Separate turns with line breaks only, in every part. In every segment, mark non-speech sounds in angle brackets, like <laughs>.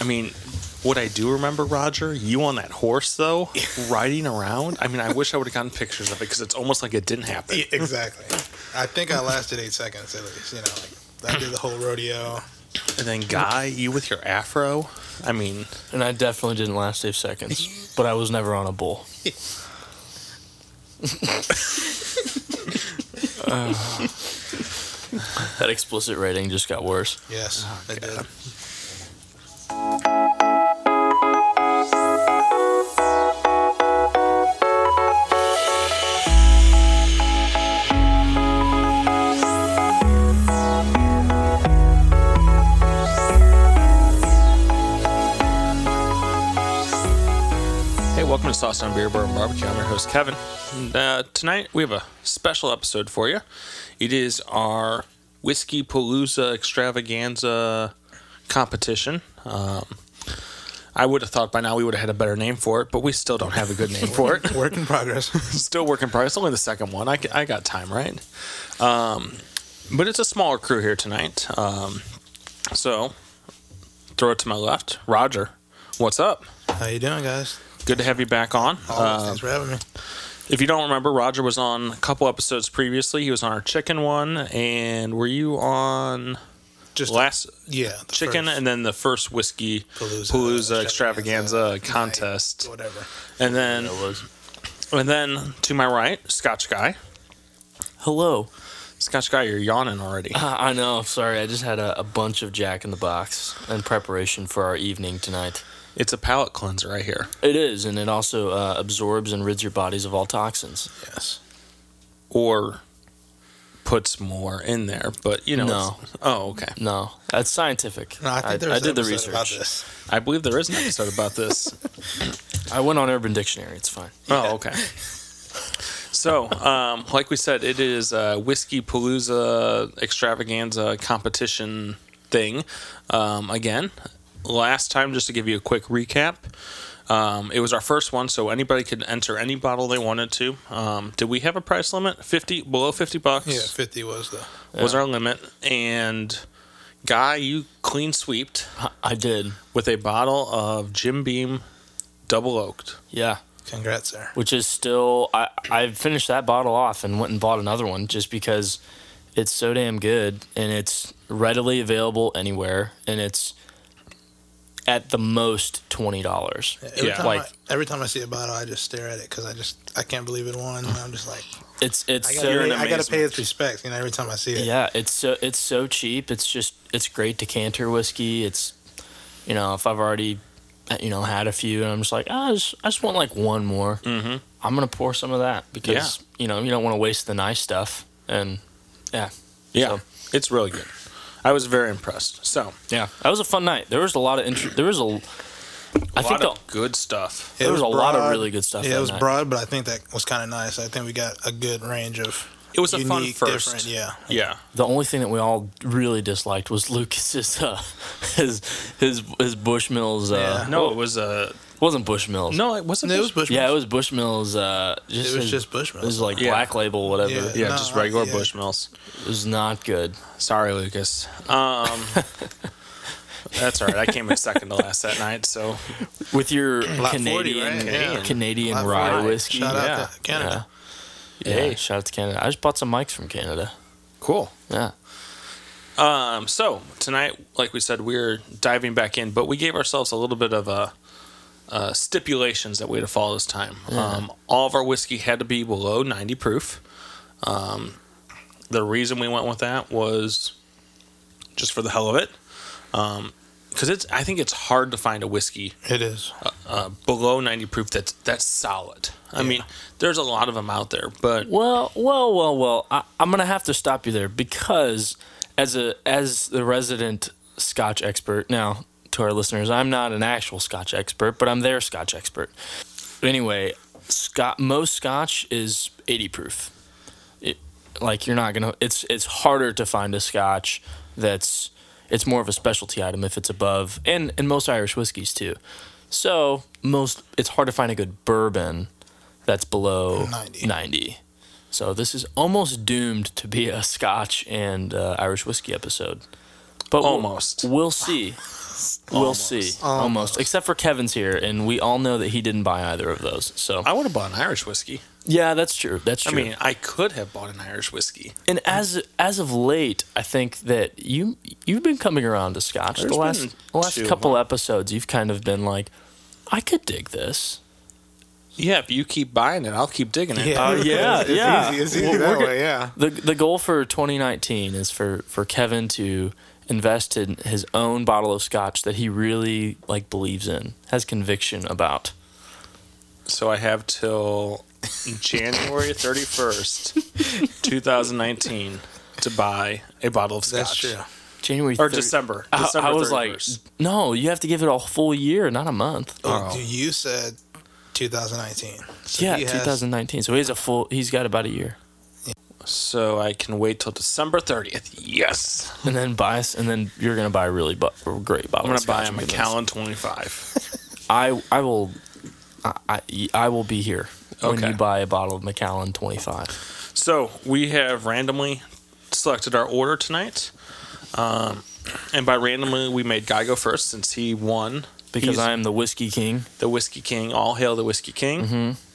I mean, what I do remember, Roger, you on that horse <laughs> though, riding around. I mean, I wish I would have gotten pictures of it because it's almost like it didn't happen.
exactly. I think I lasted eight seconds at least. You know, like, I did the whole rodeo.
And then Guy, you with your afro. I mean,
And I definitely didn't last eight
<laughs>
seconds, but I was never on a bull. <sighs> that explicit rating just got worse.
Yes, I did.
hey, welcome to Sauce on Beer Bar and Barbecue. I'm your host Kevin. And, uh, tonight we have a special episode for you. It is our whiskey palooza extravaganza competition. Um, I would have thought by now we would have had a better name for it, but we still don't have a good name for it.
Work in progress.
still work in progress. Only the second one. I, c- I got time, right? Um, but it's a smaller crew here tonight. Um, so throw it to my left, Roger. What's up?
<laughs> How you doing, guys?
Good to have you back on.
Always,
Uh,
thanks for having me.
if you don't remember, Roger was on a couple episodes previously. He was on our chicken one, and were you on
Just
last
yeah, the
chicken
first
and then the first whiskey
Palooza,
palooza, extravaganza contest,
whatever.
and then
That was.
and then to my right, Scotch guy.
Hello.
Scotch guy, you're yawning already.
Ah, I know. Sorry, I just had a, a bunch of Jack in the Box in preparation for our evening tonight.
It's a palate cleanser right here.
It is, and it also uh, absorbs and rids your bodies of all toxins.
Yes.
Or puts more in there, but you know.
No.
it's- Oh, okay.
No, that's scientific.
No, I think there was
I did the
an episode About
research.
this.
I believe there is an episode about <laughs> this.
I went on Urban Dictionary. It's fine.
Oh, okay. So, um, like we said, it is a whiskey palooza extravaganza competition thing. Um, again, last time, just to give you a quick recap, um, it was our first one, so anybody could enter any bottle they wanted to. Um, did we have a price limit? Fifty below fifty bucks.
Yeah, fifty was the.
was our limit. And Guy, you clean sweeped
I- I did.
with a bottle of Jim Beam double oaked.
Yeah.
Congrats, sir.
which is still I I finished that bottle off and went and bought another one just because it's so damn good and it's readily available anywhere and it's at the most twenty dollars.
Every
Yeah.
time
Like-
I, every time I see a bottle, I just stare at it because I just I can't believe it won. And I'm just like
It's
I
it's
gotta,
so
pay,
in
I gotta pay
amazement.
its respect. You know, every time I see it.
yeah it's so it's so cheap. It's just it's great decanter whiskey. It's you know if I've already you know had a few and I'm just like ah, I just I just want like one more. Mm-hmm. I'm gonna pour some of that because you know you don't want to waste the nice stuff and yeah
Yeah,
So-
it's really good. I was very impressed. So,
Yeah, that was a fun night. There was a lot of interest. There was a.
a
I think
lot
the,
of good stuff.
It
there was, a lot
broad.
of really good stuff.
Yeah,
that
it was
night.
broad, but I think that was kind of nice. I think we got a good range of.
It was a fun
unique,
first.
Different, yeah.
Yeah,
The only thing that we all really disliked was Lucas's uh, his his his Bushmills. Uh,
Yeah.
no, it was a
it wasn't Bushmills.
no, it wasn't.
It was Bushmills.
Yeah, it was Bushmills. Uh, just
It was
his-
just Bushmills.
It was like
Yeah.
Black Label, whatever.
Yeah.
yeah,
No,
just regular
yeah.
Bushmills.
It was not good.
Sorry, Lucas.
<laughs>
Um, that's all right. I came in second to last that night, so
With your
Lot 40,
Canadian
right? Yeah.
Canadian
Lot
rye
40.
whiskey.
Shout
yeah.
out to Canada.
yeah. yeah, shout out to Canada. I just bought some mics from Canada.
cool.
Yeah.
Um, so tonight, like we said, we're diving back in, but we gave ourselves a little bit of a, uh stipulations that we had to follow this time. Um, all of our whiskey had to be below 90 proof. Um, the reason we went with that was just for the hell of it. Because it's, I think it's hard to find a whiskey
It is.
uh, below 90 proof that's that's solid. I mean, there's a lot of them out there, but
Well, well, well, well. I, I'm gonna have to stop you there because, as a as the resident Scotch expert now to our listeners, I'm not an actual Scotch expert, but I'm their Scotch expert. Anyway, Scot most Scotch is 80 proof. It, like you're not gonna. It's it's harder to find a Scotch that's it's more of a specialty item if it's above, and and most Irish whiskeys too. So most it's hard to find a good bourbon that's below
90.
90. So this is almost doomed to be a Scotch and uh, Irish whiskey episode. But we'll-
Almost.
We'll, see. We'll see. Almost. Except for Kevin's here, and we all know that he didn't buy either of those. So
I would have bought an Irish whiskey.
yeah, that's true. That's
I
true.
mean, I could have bought an Irish whiskey.
and as as of late, I think that you you've been coming around to Scotch the
There's been
last the last
two,
couple episodes. You've kind of been like, I could dig this.
Yeah, if you keep buying it, I'll keep digging it.
Yeah.
<laughs> Uh,
yeah,
it's
yeah.
Easy, it's easy
Well, we're
that
go-
way. Yeah.
The the goal for 2019 is for for Kevin to invest in his own bottle of scotch that he really like believes in, has conviction about.
so I have till
<laughs>
January 31st, 2019 to buy a bottle of scotch.
That's true.
January
Or
thir-
December.
I,
December
I was like,
31st.
no, you have to give it a full year, not a month.
Oh, dude, you said 2019. So
yeah,
he has-
2019. So he's a full. He's got about a year,
so I can wait till December 30th. Yes.
and then buy us, and then you're gonna buy a really bu- a great bottle.
I'm going
of
to buy
scotch
a
and give us-
Macallan 25.
I I will. I, I, I will be here when
Okay.
you buy a bottle of Macallan 25.
So we have randomly selected our order tonight. Um, and by randomly, we made Guy go first since he won.
Because
He's
I am the whiskey king.
the Whiskey King. All hail the Whiskey King.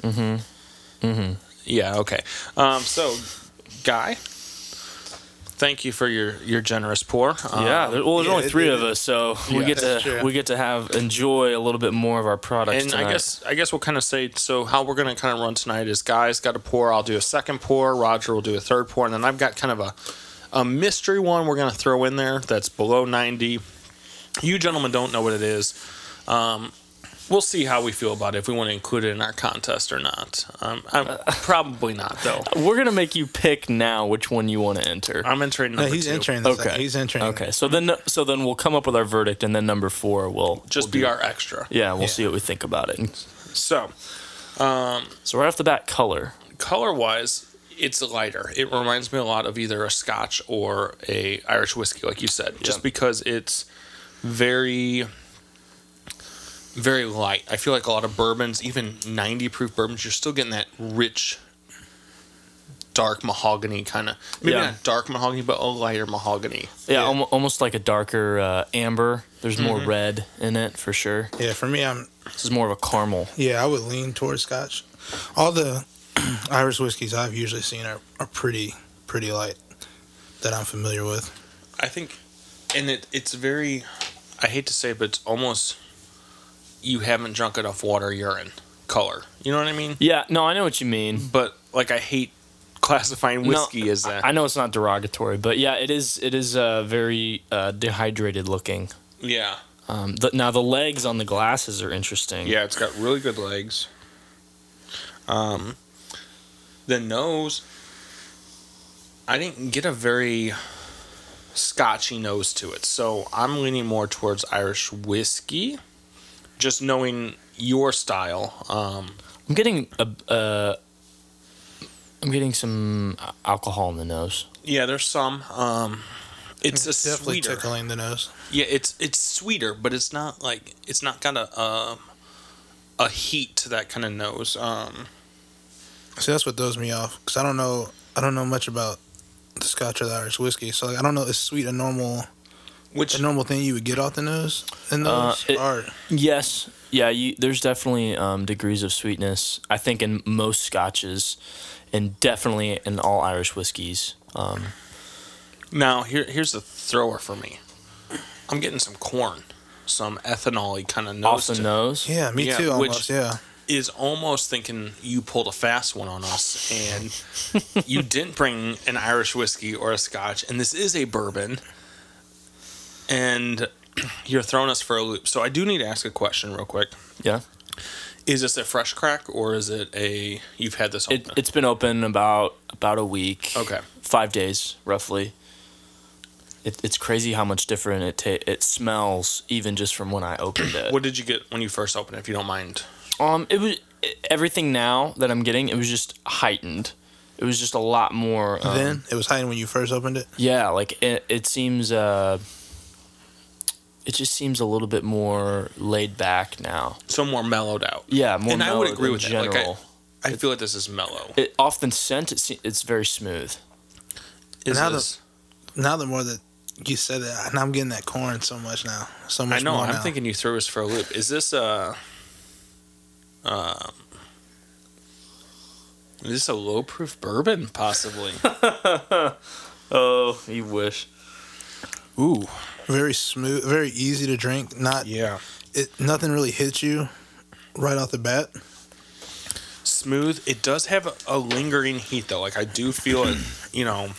Mm-hmm. Mm-hmm. Mm-hmm. Yeah, okay. Um, so, Guy, thank you for your, your generous pour. Um,
yeah, there, well, there's
yeah,
only
it-
three
it-
of us, so <laughs> we
Yeah.
get to
That's true.
we get to have enjoy a little bit more of our products.
And
tonight.
I guess I guess we'll kind of say so. How we're going to kind of run tonight is guys got a pour. I'll do a second pour. Roger will do a third pour, and then I've got kind of a a mystery one we're going to throw in there that's below ninety. You gentlemen don't know what it is. Um, we'll see how we feel about it if we want to include it in our contest or not. Um,
Uh, <laughs>
I'm probably not though.
we're gonna make you pick now which one you want to enter.
I'm entering
No,
number
he's
two.
entering. The
Okay,
Second. He's entering.
Okay, so then so then we'll come up with our verdict, and then number four will
Just be our extra.
yeah. We'll see what we think about it.
So
So right off the bat, color.
color wise. It's lighter. It reminds me a lot of either a Scotch or a Irish whiskey, like you said, just
Yeah.
because it's very very light. I feel like a lot of bourbons, even 90 proof bourbons, you're still getting that rich dark mahogany kind of maybe
Yeah.
not dark mahogany but a lighter mahogany
Yeah, almo- almost like a darker uh, amber. There's more
Mm-hmm.
red in it for sure.
Yeah, for me, I'm.
This is more of a caramel.
Yeah, I would lean towards Scotch. All the <clears throat> Irish whiskeys I've usually seen are, are pretty pretty light that I'm familiar with.
i think and it it's very i hate to say it, but it's almost you haven't drunk enough water urine color you know what i mean
Yeah, no, I know what you mean.
but like I hate classifying whiskey as that.
I know it's not derogatory, but yeah, it is. It is uh, very uh, dehydrated looking.
yeah,
Um, the, now the legs on the glasses are interesting.
yeah, it's got really good legs. Um, the nose, I didn't get a very scotchy nose to it, so I'm leaning more towards Irish whiskey. Just knowing your style, um,
I'm getting a. Uh, I'm getting some alcohol in the nose.
yeah, there's some. Um, it's a
Definitely
sweeter.
tickling the nose.
Yeah, it's it's sweeter, but it's not like it's not got a um, a heat to that kind of nose. Um,
See, that's what throws me off because I don't know. I don't know much about the Scotch or the Irish whiskey, so like, I don't know. Is sweet a normal
which
a normal thing you would get off the nose? And those
Uh,
it-
are
Yes. Yeah. You, there's definitely um, degrees of sweetness. I think in most scotches, and definitely in all Irish whiskeys. Um,
now here here's a thrower for me. I'm getting some corn, some ethanol kind of nose.
off the
to-
nose.
yeah, me
Yeah,
too.
which-
Almost, yeah.
Is almost thinking you pulled a fast one on us, and
<laughs>
you didn't bring an Irish whiskey or a Scotch, and this is a bourbon, and <clears throat> you're throwing us for a loop. So I do need to ask a question real quick.
Yeah.
Is this a fresh crack or is it a you've had this
It,
open?
it's been open about about a week.
okay.
five days roughly. It, it's crazy how much different it ta- it smells even just from when I opened
<clears throat>
it.
What did you get when you first opened? it, If you don't mind,
um, it was everything now that I'm getting. It was just heightened. It was just a lot more. Um,
then it was hiding when you first opened it.
yeah, like it, it seems. Uh, it just seems a little bit more laid back now.
so more mellowed out.
Yeah, more.
And I would
mellowed
agree
in
with that. Like,
general.
I- I feel like this is mellow.
it
<laughs>
off the scent. It se- it's very smooth.
Is
how the-
this
Now the more that you said that, and I'm getting that corn so much now. So much.
I know.
More
I'm
now.
thinking you threw us for a loop. Is this a, um, is this a low proof bourbon possibly?
Oh, you wish.
Ooh,
very smooth, very easy to drink. Not
yeah.
it. Nothing really hits you right off the bat.
Smooth. It does have a, a lingering heat though. Like I do feel it. You know.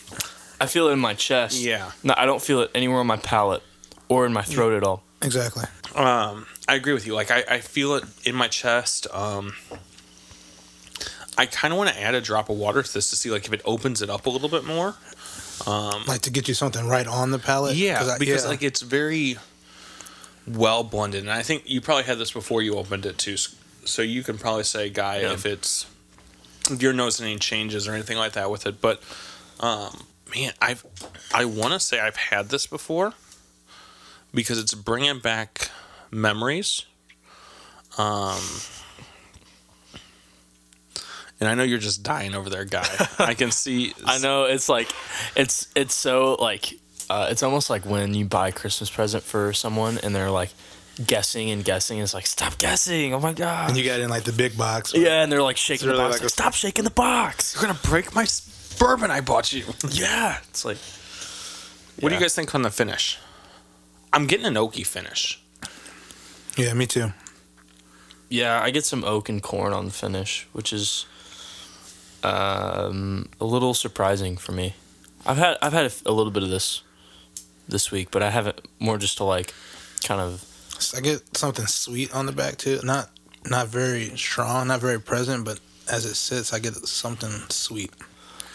I feel it in my chest.
Yeah.
No, I don't feel it anywhere on my palate or in my throat at all.
Exactly.
Um, I agree with you. Like I, I feel it in my chest. Um, I kind of want to add a drop of water to this to see like if it opens it up a little bit more.
Like to get you something right on the
Uh,
palate.
Um, Yeah,
I-
because
yeah.
like it's very well blended, and I think you probably had this before you opened it too, s- so you can probably say, "Guy,
Yeah.
if it's if you're noticing any changes or anything like that with it." But um, man, I've I want to say I've had this before because it's bringing back memories. Um, and I know you're just dying over there, guy.
<laughs>
I can see.
I know it's like it's it's so like uh, it's almost like when you buy a Christmas present for someone and they're like guessing and guessing. It's like stop guessing. Oh my god.
And you got in like the big box.
yeah, and they're like shaking
really
the box.
like
Like
a-
stop shaking the box.
You're gonna break my s- bourbon I bought you.
Yeah, it's like
What do you
Yeah.
guys think on the finish? I'm getting an oaky finish.
Yeah, me too.
yeah. I get some oak and corn on the finish, which is um, a little surprising for me. I've had I've had a, f- a little bit of this this week, but I haven't more just to like kind of
I get something sweet on the back too. Not not very strong, not very present, but as it sits, I get something sweet.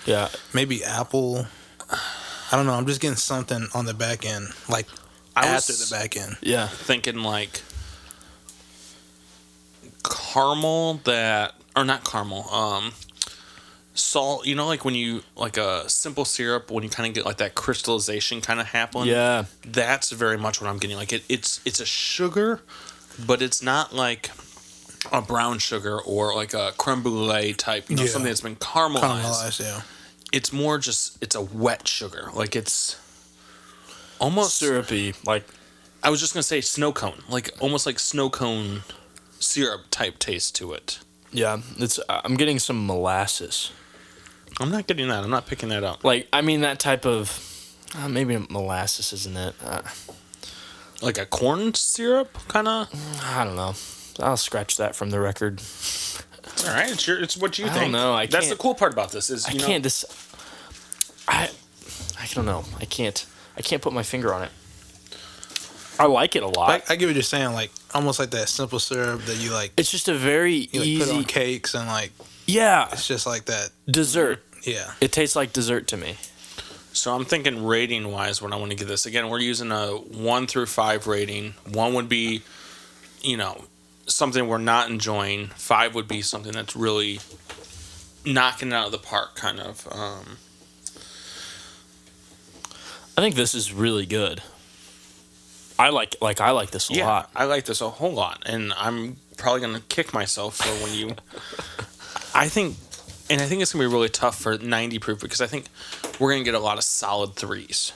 yeah.
Maybe apple. I don't know. I'm just getting something on the back end, like
I
after
was
the back end.
Yeah,
thinking like caramel that or not caramel, um salt, you know like when you like a simple syrup when you kind of get like that crystallization kind of happening.
yeah,
That's very much what I'm getting. Like it, it's it's a sugar, but it's not like a brown sugar or like a creme brulee type, you know,
Yeah.
something that's been caramelized.
Caramelized, yeah.
it's more just it's a wet sugar like it's almost
syrupy like
i was just gonna say snow cone like almost like snow cone syrup type taste to it
Yeah, it's. I'm getting some molasses.
i'm not getting that i'm not picking that up
Like, I mean, that type of. Uh, maybe molasses isn't it. Uh,
like a corn syrup kind of
I don't know. I'll scratch that from the record.
it's all right it's, your, it's what you
I don't
think
know, I
that's the
can't-
cool part about this is
I
you know
can't just. I, I don't know. I can't. I can't put my finger on it. I like it a lot.
I, I get what you're saying, like almost like that simple syrup that you like,
it's just a very
you like put
easy.
on cakes and like
yeah,
it's just like that.
dessert.
Yeah,
It tastes like dessert to me.
so i'm thinking rating wise when i want to give this again we're using a one through five rating one would be you know something we're not enjoying five would be something that's really knocking it out of the park kind of um
I think this is really good. I like like I like this a
yeah,
lot.
I like this a whole lot, and I'm probably gonna kick myself for when
<laughs>
you. I think, and I think it's gonna be really tough for 90 proof because I think we're gonna get a lot of solid threes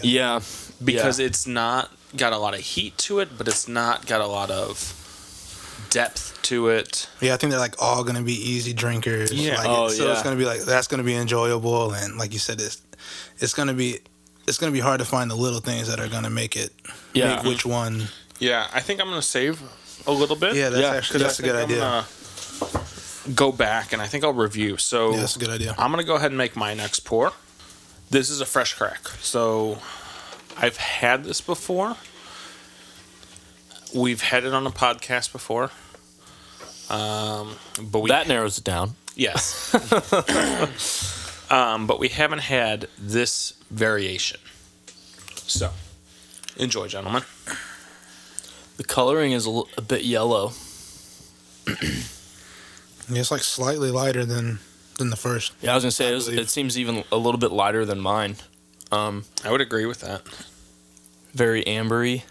Yeah,
because
yeah.
it's not got a lot of heat to it, but it's not got a lot of depth to it.
yeah. I think they're like all gonna be easy drinkers.
Yeah.
like,
Oh,
so
yeah.
it's gonna be like that's gonna be enjoyable, and like you said, it's it's gonna be it's gonna be hard to find the little things that are gonna make it.
yeah.
Make which one?
Yeah, I think I'm gonna save a little bit.
Yeah, that's
Yeah,
actually
'cause
that's
I
a good
think
idea.
I'm gonna Go back, and I think I'll review. So
yeah, that's a good idea.
I'm gonna go ahead and make my next pour. This is a fresh crack, so I've had this before. We've had it on a podcast before, um, but we
that narrows it down.
<laughs> yes, um, but we haven't had this variation. So enjoy, gentlemen.
The coloring is a, l- a bit yellow.
Yeah, it's like slightly lighter than than the first.
Yeah, I was gonna say it, was,
believe.
it seems even a little bit lighter than mine. Um,
I would agree with that.
very ambery. <laughs>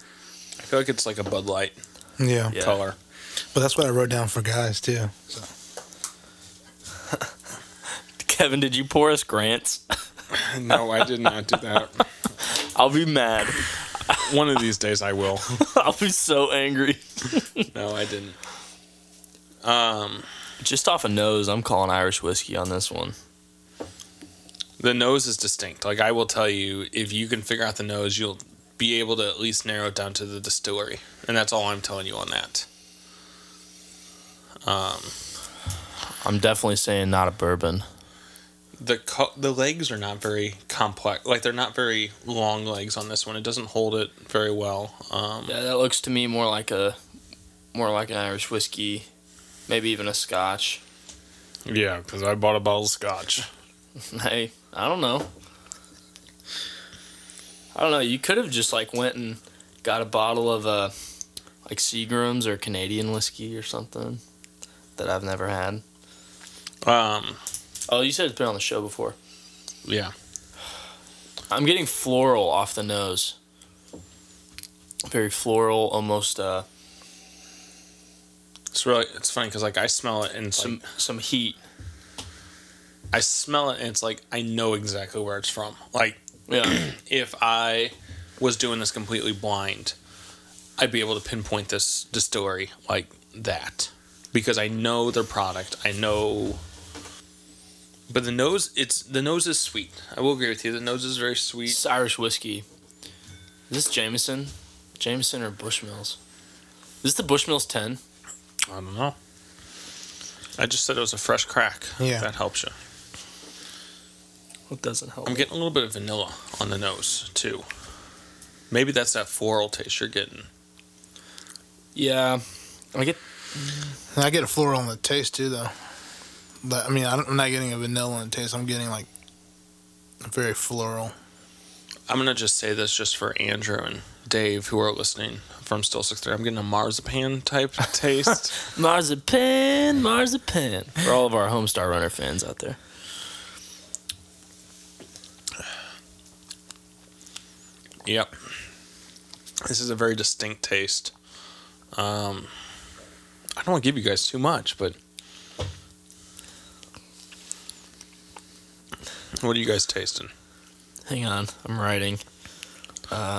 I feel like it's like a Bud Light
Yeah,
Yeah.
color. <laughs>
but that's what I wrote down for guys too. So
Kevin, did you pour us Grants? <laughs>
No, I did not do that.
I'll be mad. <laughs>
One of these days I will.
I'll be so angry.
<laughs> No, I didn't.
Just off a nose, I'm calling Irish whiskey on this one.
The nose is distinct. Like I will tell you, if you can figure out the nose, you'll be able to at least narrow it down to the distillery, and that's all I'm telling you on that.
I'm definitely saying not a bourbon.
the co- the legs are not very complex. Like they're not very long legs on this one. It doesn't hold it very well. Um,
Yeah, that looks to me more like a more like an Irish whiskey, maybe even a Scotch.
yeah, because I bought a bottle of scotch.
Hey, I don't know. I don't know. You could have just like went and got a bottle of uh like Seagram's or Canadian whiskey or something that I've never had.
Um,
Oh, you said it's been on the show before.
yeah,
I'm getting floral off the nose. Very floral, almost uh
it's really it's funny because like I smell it and it's
some
like, <clears throat>
some heat.
I smell it and it's like I know exactly where it's from. Like
Yeah.
if I was doing this completely blind, I'd be able to pinpoint this distillery like that because I know their product. I know. But the nose, it's the nose is sweet. I will agree with you. The nose is very sweet.
It's <clears throat> Irish whiskey. Is this Jameson? Jameson or Bushmills? Is this the Bushmills 10?
I don't know. I just said it was a fresh crack.
Yeah.
that helps you.
It doesn't help.
I'm getting a little bit of vanilla on the nose too. Maybe that's that floral taste you're getting.
yeah. I get
And I get a floral on the taste too, though. But I mean, I don't, I'm not getting a vanilla on the taste. I'm getting like very floral.
I'm gonna just say this just for Andrew and Dave who are listening from Still Six Three. I'm getting a marzipan
<laughs>
type taste.
marzipan, marzipan. For all of our Homestar Runner fans out there.
yep. This is a very distinct taste. Um, I don't want to give you guys too much, but what are you guys tasting?
Hang on, I'm writing.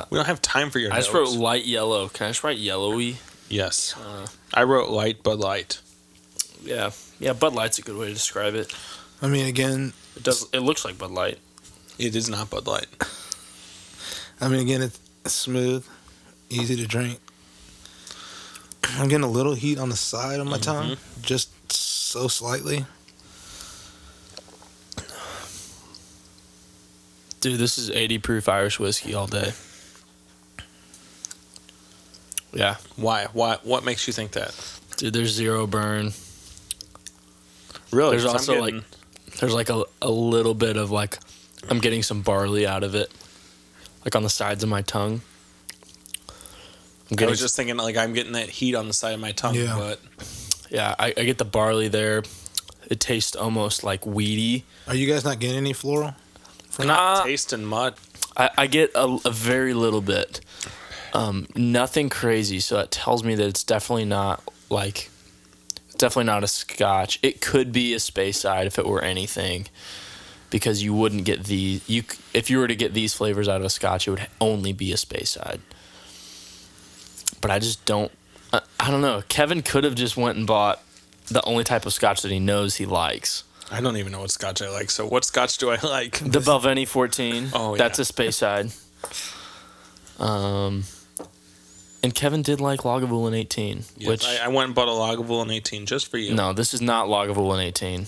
We don't have time for your.
Uh, I just wrote
notes.
light yellow. Can I just write yellowy?
yes.
Uh.
I wrote light, but light.
Yeah. Yeah, Bud Light's a good way to describe it.
I mean, again,
It does it looks like Bud Light.
It is not Bud Light.
I mean, again, it's smooth, easy to drink. I'm getting a little heat on the side
Mm-hmm.
of my tongue, just so slightly.
Dude, this is 80 proof Irish whiskey all day. Yeah.
Why? Why? What makes you think that?
Dude, there's zero burn.
Really?
There's
'Cause I'm
also, like,
getting-
There's like a, a little bit of like, I'm getting some barley out of it, like on the sides of my tongue. I'm
I
getting,
was just thinking like I'm getting that heat on the side of my tongue,
Yeah.
but
yeah, I, I get the barley there. It tastes almost like weedy.
Are you guys not getting any floral?
I'm not
Uh,
tasting mud.
I, I get a, a very little bit. Um, nothing crazy. So that tells me that it's definitely not like, definitely not a scotch. It could be a space side if it were anything, because you wouldn't get the you c- if you were to get these flavors out of a scotch, it would only be a space side. But I just don't. I, I don't know. Kevin could have just went and bought the only type of scotch that he knows he likes.
I don't even know what scotch I like. So what scotch do I <laughs> like?
The Belveni 14.
Oh, yeah.
That's a space side. Um, and Kevin did like Lagavulin 18,
Yes,
which.
I, I went and bought a Lagavulin 18 just for you.
no, this is not Lagavulin 18.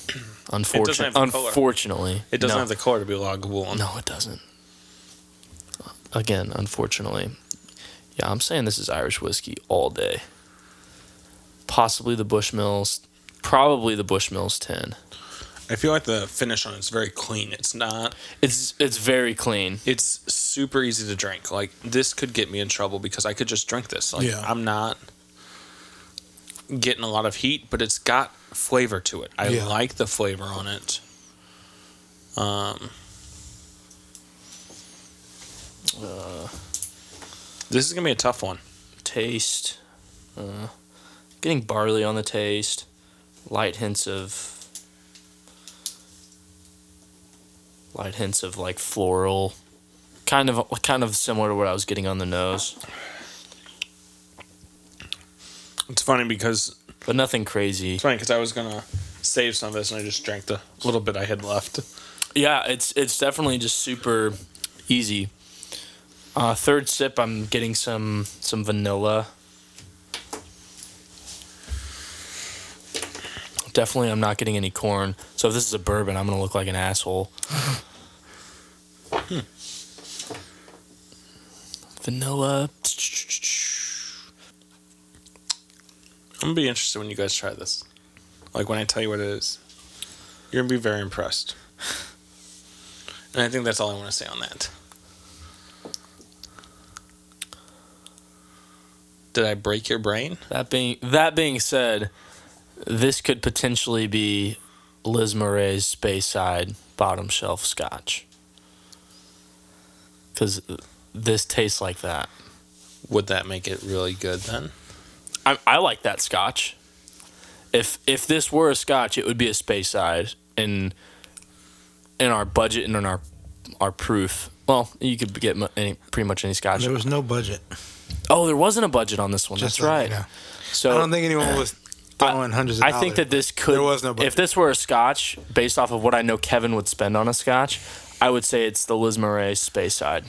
Unfortunately.
have the color.
Unfortunately.
It doesn't
no.
have the color to be Lagavulin.
No, it doesn't. Again, unfortunately. Yeah, I'm saying this is Irish whiskey all day. Possibly the Bushmills. Probably the Bushmills 10.
I feel like the finish on it's very clean. It's not.
It's it's very clean.
It's super easy to drink. Like this could get me in trouble because I could just drink this. Like
Yeah.
I'm not getting a lot of heat, but it's got flavor to it. I
Yeah.
like the flavor on it. Um. uh, This is gonna be a tough one.
taste. Uh, getting barley on the taste, light hints of light hints of like floral kind of kind of similar to what I was getting on the nose,
It's funny because
but nothing crazy.
it's funny because I was gonna save some of this and I just drank the little bit I had left.
Yeah, it's it's definitely just super easy. Uh, third sip, I'm getting some some vanilla. Definitely, I'm not getting any corn. So if this is a bourbon, I'm gonna look like an asshole. Vanilla.
I'm gonna be interested when you guys try this. Like when I tell you what it is, you're gonna be very impressed. And I think that's all I want to say on that. Did I break your brain?
That being that being said, this could potentially be Liz Murray's Space Side bottom shelf scotch. Cause this tastes like that.
Would that make it really good then?
I, I like that scotch. If if this were a scotch, it would be a space side in in our budget and in our our proof. Well, you could get mu- any pretty much any scotch.
There was no budget.
oh, there wasn't a budget on this one.
Just
That's
letting
right.
you know.
So
I don't think anyone was throwing hundreds of
I
dollars.
think that this could.
There was no budget.
If this were a scotch, based off of what I know Kevin would spend on a scotch, I would say it's the Liz Murray Space Side.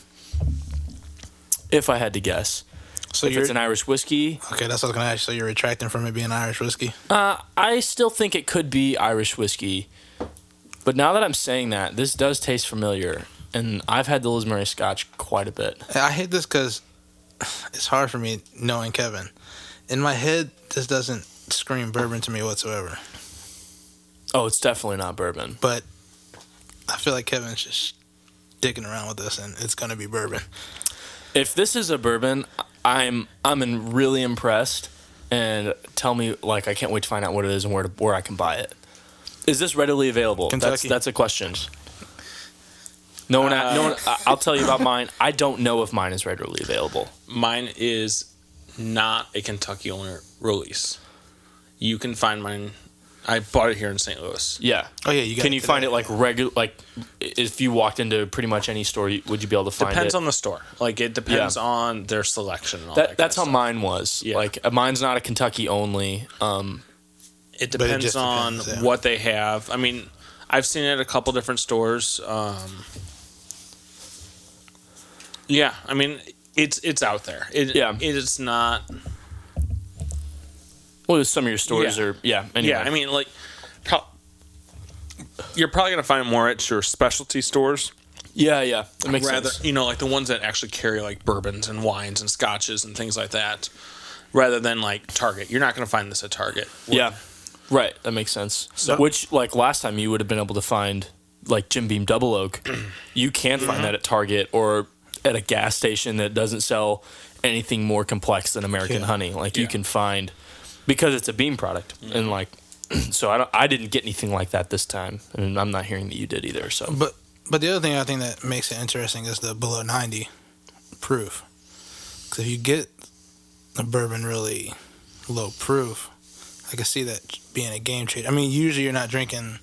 If I had to guess,
so
if
you're,
it's an Irish whiskey,
okay, that's what I was going to ask. So you're retracting from it being Irish whiskey?
uh, I still think it could be Irish whiskey. But now that I'm saying that, this does taste familiar, and I've had the Liz Murray Scotch quite a bit.
I hate this because it's hard for me knowing Kevin. In my head, this doesn't scream bourbon to me whatsoever.
Oh, it's definitely not bourbon.
But I feel like Kevin's just dicking around with this, and it's going to be bourbon.
If this is a bourbon, I'm I'm in really impressed. And tell me, like, I can't wait to find out what it is and where to, where I can buy it. Is this readily available? That's
Kentucky.
that's a question. No one, no one. I- I'll tell you about mine. I don't know if mine is readily available.
Mine is not a Kentucky owner release. You can find mine. I bought it here in St. Louis.
Yeah.
Oh, yeah, you got
Can
it
you find
today.
it like regular? Like, if you walked into pretty much any store, you- would you be able to find
Depends
it?
on the store. Like it depends on their selection. And all that,
that, that's how
kind of
mine was.
Yeah.
Like, uh, mine's not a Kentucky only. Um,
stuff. It
it
depends
just
on
depends, yeah.
what they have. I mean, I've seen it at a couple different stores. Um, yeah, I mean, it's it's out there. It,
Yeah.
it is not.
well, some of your stores
Yeah.
are. Yeah. Anyway.
Yeah, I mean, like, pro- you're probably gonna find more at your specialty stores.
Yeah. Yeah. It makes
rather
sense.
you know like the ones that actually carry like bourbons and wines and scotches and things like that rather than like target you're not going to find this at target
Yeah, right. That makes sense.
So-
Which, like last time, you would have been able to find like Jim Beam Double Oak. you can
Mm-hmm.
find that at Target or at a gas station that doesn't sell anything more complex than American
Yeah.
Honey. Like you
Yeah.
can find because it's a Beam product, and like <clears throat> so I don't, I didn't get anything like that this time, and I'm not hearing that you did either. So
But but the other thing I think that makes it interesting is the below ninety proof. Because if you get a bourbon really low proof, I can see that being a game changer. I mean, usually you're not drinking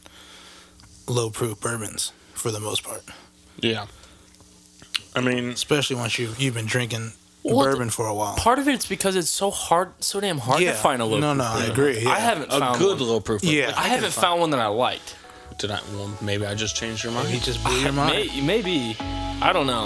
low proof bourbons for the most part,
yeah i mean
especially once you you've been drinking
Well,
bourbon for a while.
part of it's because it's so hard, so damn hard
Yeah.
to find a local.
No, no, I
brand.
agree, yeah.
I haven't
a
found
good
One.
low proof
Yeah.
like,
I, haven't found one that I liked.
did i well, maybe i just changed your mind
He just blew your mind.
May, maybe I don't know.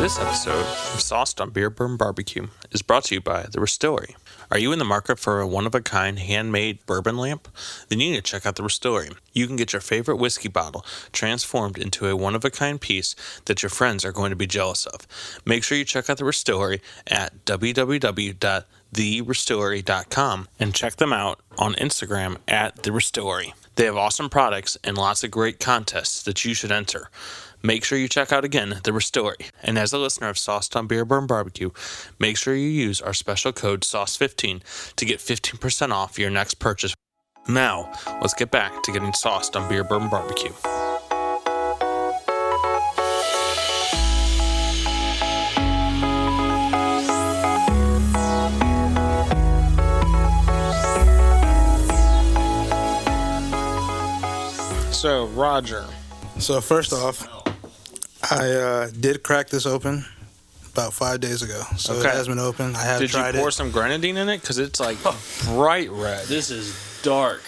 This episode of Sauced on Beer Bourbon Barbecue is brought to you by The Restillery. Are you in the market for a one of a kind handmade bourbon lamp? Then you need to check out The Restillery. You can get your favorite whiskey bottle transformed into a one of a kind piece that your friends are going to be jealous of. Make sure you check out The Restillery at www.therestillery.com and check them out on Instagram at The Restillery. They have awesome products and lots of great contests that you should enter. Make sure you check out again the Restillery. And as a listener of Sauced on Beer Burn Barbecue, make sure you use our special code SAUCE15 to get 15% off your next purchase. Now, let's get back to getting sauced on Beer Burn Barbecue. So Roger,
So first off, I uh, did crack this open about five days ago, so
Okay.
it has been open. I have
did you
tried
pour
it.
some grenadine in it? Because it's <laughs> like bright red.
This is dark.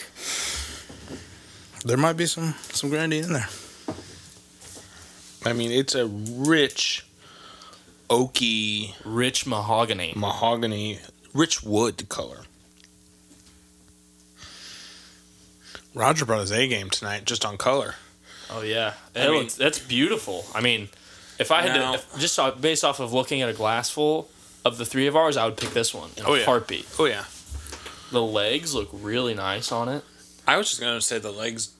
There might be some some grenadine in there.
I mean, it's a rich, oaky
Rich mahogany.
mahogany, rich wood color. Roger brought his A game tonight, just on color.
Oh yeah,
I
That
mean-
looks- that's beautiful. I mean, if I had
Now-
to if, just off- based off of looking at a glass full of the three of ours, I would pick this one in a
Oh, yeah.
heartbeat.
Oh yeah,
The legs look really nice on it.
I was just gonna say the legs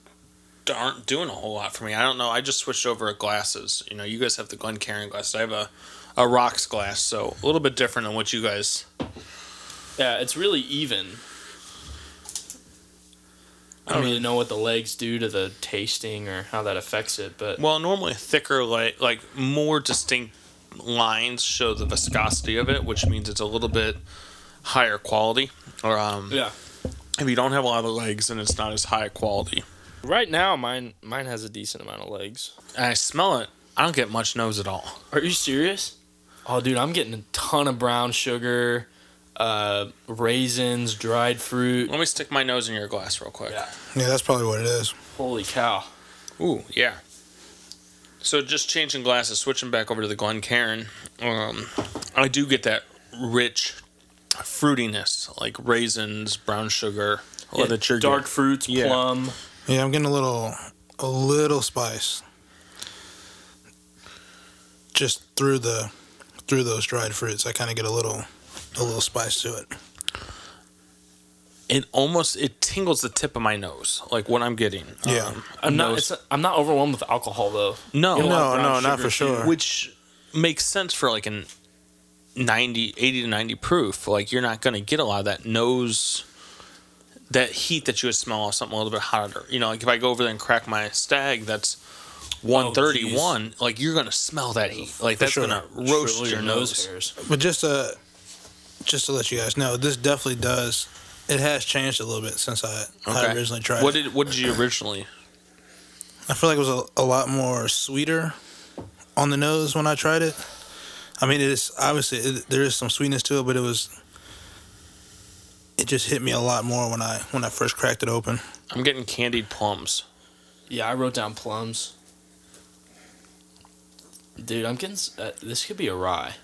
aren't doing a whole lot for me. I don't know. I just switched over at glasses. You know, you guys have the Glencairn glass. I have a a rocks glass, so a little bit different than what you guys.
Yeah, it's really even. I don't really know what the legs do to the tasting or how that affects it, but
Well, normally thicker, like like more distinct lines show the viscosity of it, which means it's a little bit higher quality. Or um,
yeah.
if you don't have a lot of legs, then it's not as high quality.
Right now, mine mine has a decent amount of legs.
And I smell it. I don't get much nose at all.
Are you serious? Oh, dude, I'm getting a ton of brown sugar, uh, raisins, dried fruit.
Let me stick my nose in your glass real quick.
Yeah.
Yeah, that's probably what it is.
Holy cow!
Ooh, yeah. So just changing glasses, switching back over to the Glencairn, um, I do get that rich fruitiness, like raisins, brown sugar,
Oh,
or that you're
dark fruits,
Yeah.
plum.
Yeah, I'm getting a little a little spice just through the through those dried fruits. I kind of get a little a little spice to it.
It almost it tingles the tip of my nose, like what I'm getting. Um,
Yeah.
I'm not.
nose-
It's, I'm not overwhelmed with alcohol though.
no,
You
no,
know, brown
no,
sugar
not for
too.
sure.
which makes sense for like an 90 80 to 90 proof like you're not going to get a lot of that nose that heat that you would smell off something a little bit hotter you know like if i go over there and crack my stag that's 131 like you're going to smell that heat like that's
sure.
going to roast
Shrivel
your nose
hairs.
But just uh just to let you guys know, this definitely does. It has changed a little bit since I, I originally tried.
what
it.
did what did you originally
I feel like it was a, a lot more sweeter on the nose when I tried it. I mean, it is obviously it, there is some sweetness to it, but it was it just hit me a lot more when I when I first cracked it open.
i'm getting candied plums
Yeah, I wrote down plums. Dude, I'm getting s- uh, this could be a rye.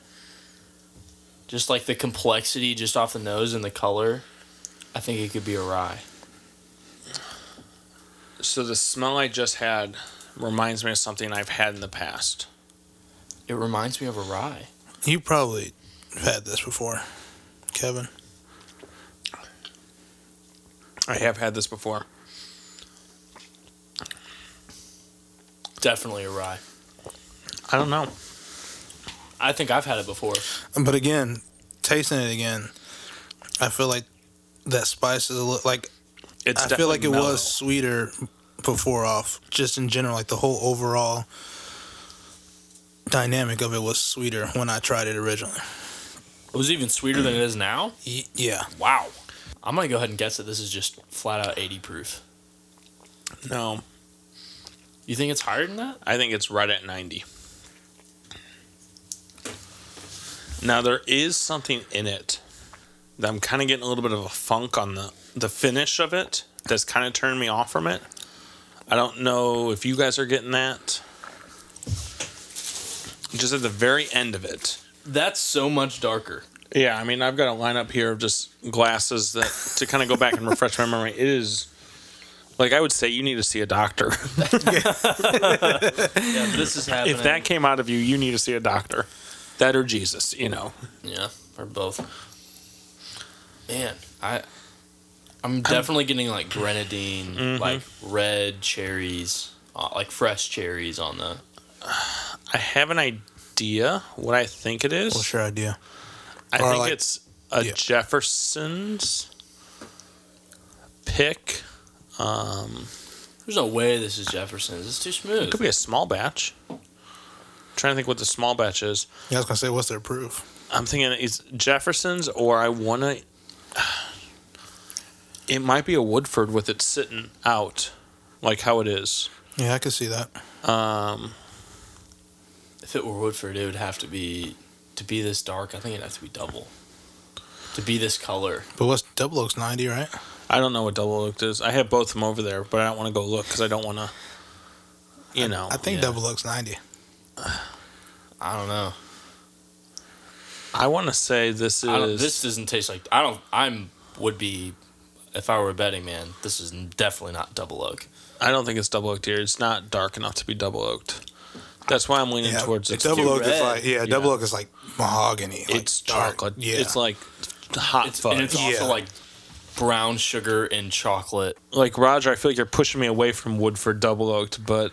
Just like the complexity, just off the nose and the color, I think it could be a rye.
so the smell i just had reminds me of something i've had in the past
It reminds me of a rye.
You probably have had this before, Kevin.
i have had this before
Definitely a rye.
i don't know
I think I've had it before.
But again, tasting it again, I feel like that spice is a little like
it's
I feel like it
definitely mellow.
was sweeter before off. Just in general, like the whole overall dynamic of it was sweeter when I tried it originally.
It was even sweeter than it is now.
Y- yeah,
Wow. I'm gonna go ahead and guess that this is just flat out 80 proof.
No,
You think it's higher than that?
I think it's right at 90. Now there is something in it that I'm kind of getting a little bit of a funk on the the finish of it. That's kind of turned me off from it. I don't know if you guys are getting that. Just at the very end of it.
That's so much darker.
Yeah, I mean, I've got a lineup here of just glasses that to kind of go back and refresh my memory. It is like I would say you need to see a doctor. <laughs>
Yeah, this is
<coughs>
happening.
if that came out of you, you need to see a doctor. That or Jesus, you know.
Yeah, or both. Man, I I'm definitely getting like grenadine,
Mm-hmm.
like red cherries, uh, like fresh cherries on the.
I have an idea what I think it is.
what's your idea?
I
Or
think
like-
it's a
yeah.
Jefferson's pick.
There's no way this is Jefferson's. It's too smooth.
Could be a small batch. trying to think what the small batch is.
Yeah, I was gonna say, what's their proof?
I'm thinking it's Jefferson's, or I want <sighs> to. It might be a Woodford with it sitting out. like how it is.
Yeah, I could see that.
Um,
If it were Woodford, it would have to be to be this dark. I think it'd have to be double. To be this color,
But what's double oak's ninety, right?
I don't know what double oaked is. I have both of them over there, but I don't want to go look because I don't want to. You know,
I think
yeah.
double oak's ninety.
I don't know.
I want to say this
I don't,
is
this doesn't taste like. I don't. I'm would be if I were a betting man. This is definitely not double oak.
I don't think it's double oaked here. It's not dark enough to be double oaked. That's why I'm leaning
Yeah,
towards
it's
it's,
double
too
oak is
red.
like yeah,
Yeah.
double oak is like mahogany. like
it's
dark.
chocolate.
Yeah,
It's like hot
It's,
fudge.
and it's also
Yeah.
like brown sugar and chocolate.
like Roger, I feel like you're pushing me away from Woodford double oaked, but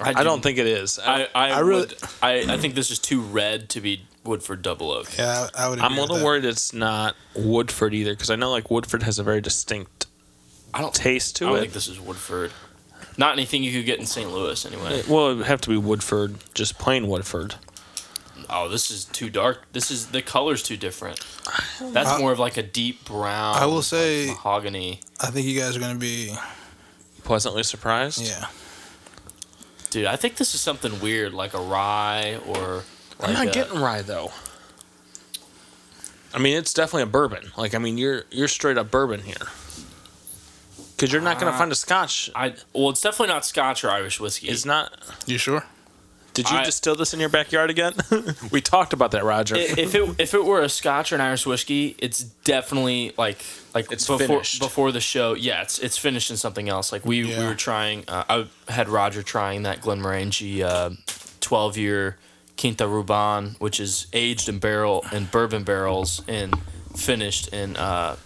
I,
do-
don't think it is. I,
I I,
I really-
would, I I think this is too red to be Woodford double oak.
yeah, I, I would.
am
agree
a
with
little
that.
worried it's not Woodford either because I know like Woodford has a very distinct
I don't
taste
I
to
don't
it.
think this is Woodford. Not anything you could get in St. Louis anyway.
well, it would have to be Woodford, just plain Woodford.
Oh, this is too dark. This is the color's too different. That's
I-
more of like a deep brown.
I will
like
say-
mahogany.
I think you guys are gonna be
Pleasantly surprised.
yeah.
Dude, I think this is something weird, like a rye or. Like
I'm not
a-
getting rye though. uh, I mean, it's definitely a bourbon. Like, I mean, you're you're straight up bourbon here. Because you're not going to
Uh,
find a Scotch.
I well, it's definitely not Scotch or Irish whiskey.
It's not.
You sure?
Did you
I-
distill this in your backyard again? <laughs> we talked about that, Roger.
I- if it if it were a Scotch or an Irish whiskey, it's definitely like like
It's
before
finished.
before the show. Yeah, it's it's finished in something else. Like we we
Yeah.
were trying. Uh, I had Roger trying that Glenmorangie uh, twelve year Quinta Ruban, which is aged in barrel in bourbon barrels and finished in uh,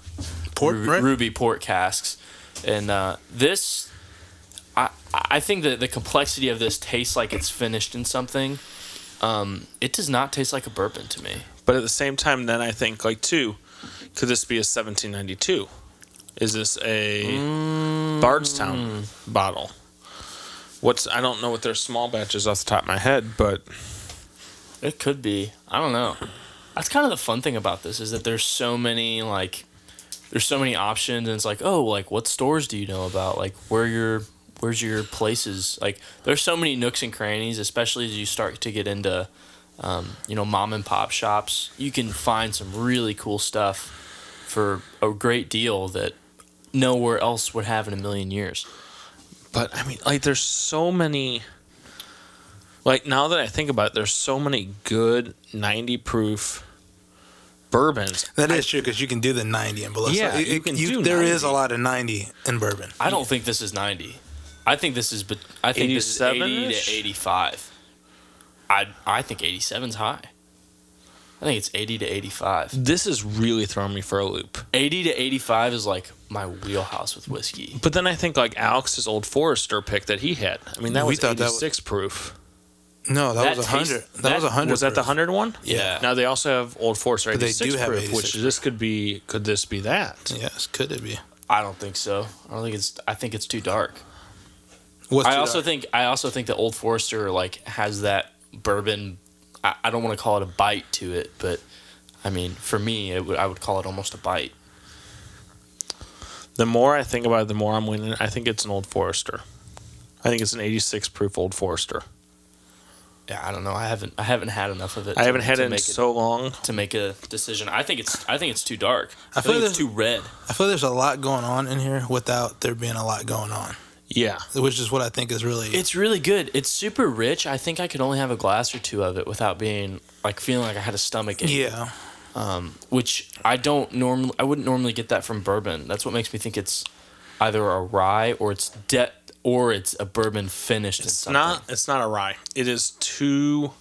Port
Ru-
right?
ruby port casks, and uh, this, I I think that the complexity of this tastes like it's finished in something. Um, it does not taste like a bourbon to me.
But at the same time, then I think like two, could this be a 1792? Is this a
Mm.
Bardstown bottle? What's I don't know what their small batch is off the top of my head, but
It could be. I don't know. That's kind of the fun thing about this is that there's so many like, there's so many options, and it's like, oh, like what stores do you know about? Like where your where's your places? Like there's so many nooks and crannies, especially as you start to get into, um, you know, mom and pop shops. You can find some really cool stuff for a great deal that nowhere else would have in a million years.
but I mean, like, there's so many. Like now that I think about it, there's so many good 90 proof bourbons.
That is true because you can do the ninety in below. So
Yeah,
it-
you
it-
can
you-
do
There is
90.
a lot of ninety in bourbon.
I don't think this is 90. I think this is bet- I think this is 80
87-ish?
to 85. I I think 87's high. I think it's 80 to 85.
This is really throwing me for a loop.
80 to 85 is like my wheelhouse with whiskey.
But then I think like Alex's old Forester pick that he had. I mean, that
We
was
thought that
86 proof.
No, that,
That
was a
tastes-
hundred. That,
that-
was a hundred.
Was that the
proof.
100 one?
Yeah.
Now they also have Old Forester
But they
86
do have
proof,
86
which this could be. Could this be that?
Yes, could it be?
I don't think so. I don't think it's I think it's too dark.
What's
I
the-
also think I also think the Old Forester like has that bourbon I, I don't want to call it a bite to it, but I mean, for me, it would, I would call it almost a bite.
The more I think about it, the more I'm winning. I think it's an Old Forester. I think it's an 86 proof Old Forester.
Yeah, I don't know. I haven't I haven't had enough of it.
I
to-
haven't had
to
it in
make
so long.
to make a decision. I think it's I think it's too dark. I,
I feel
think
there's-
it's too red.
I feel there's a lot going on in here without there being a lot going on,
Yeah.
which is what I think is really.
It's really good. It's super rich. I think I could only have a glass or two of it without being like feeling like I had a stomach ache.
yeah,
Which I don't normally I wouldn't normally get that from bourbon. That's what makes me think it's either a rye or it's de- or it's a bourbon finished in
It's
something.
not. It's not a rye. It is too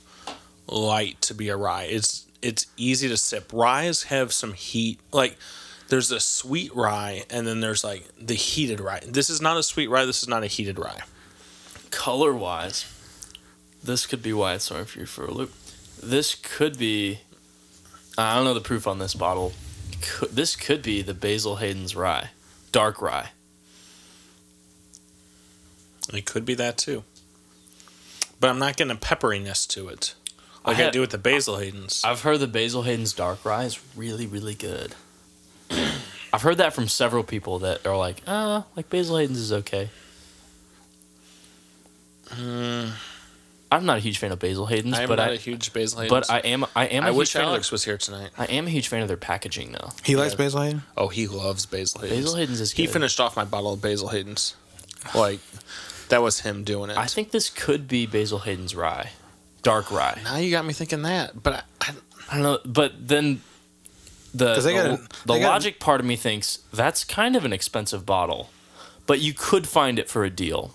light to be a rye. It's it's easy to sip. Ryes have some heat. Like there's a sweet rye, and then there's like the heated rye. This is not a sweet rye. This is not a heated rye.
color wise, this could be why it's throwing for you for a loop. This could be. I don't know the proof on this bottle. Could, this could be the Basil Hayden's rye, dark rye.
It could be that too. But I'm not getting a pepperiness to it, like I,
had-
do with the Basil Hayden's.
I've heard the Basil Hayden's dark rye is really, really good. <clears throat> "Uh, I've heard that from several people that are like, ah, like Basil Hayden's is okay. I'm not a huge fan of Basil Hayden's,
Hmm. I am
but
not
I
a huge Basil Hayden.
but I am I am a
I
huge
wish
fan
Alex
of
was here tonight.
their, I am a huge fan of their packaging though.
He likes Basil Hayden.
Oh, he loves Basil Hayden's.
Basil Hayden's is
He
good.
finished off my bottle of Basil Hayden's. Like, that was him doing it.
I think this could be Basil Hayden's rye, dark rye.
now you got me thinking that, but I, I,
I don't know, but then the
'Cause they got
the,
a-
the
they got a-
logic part of me thinks that's kind of an expensive bottle, but you could find it for a deal.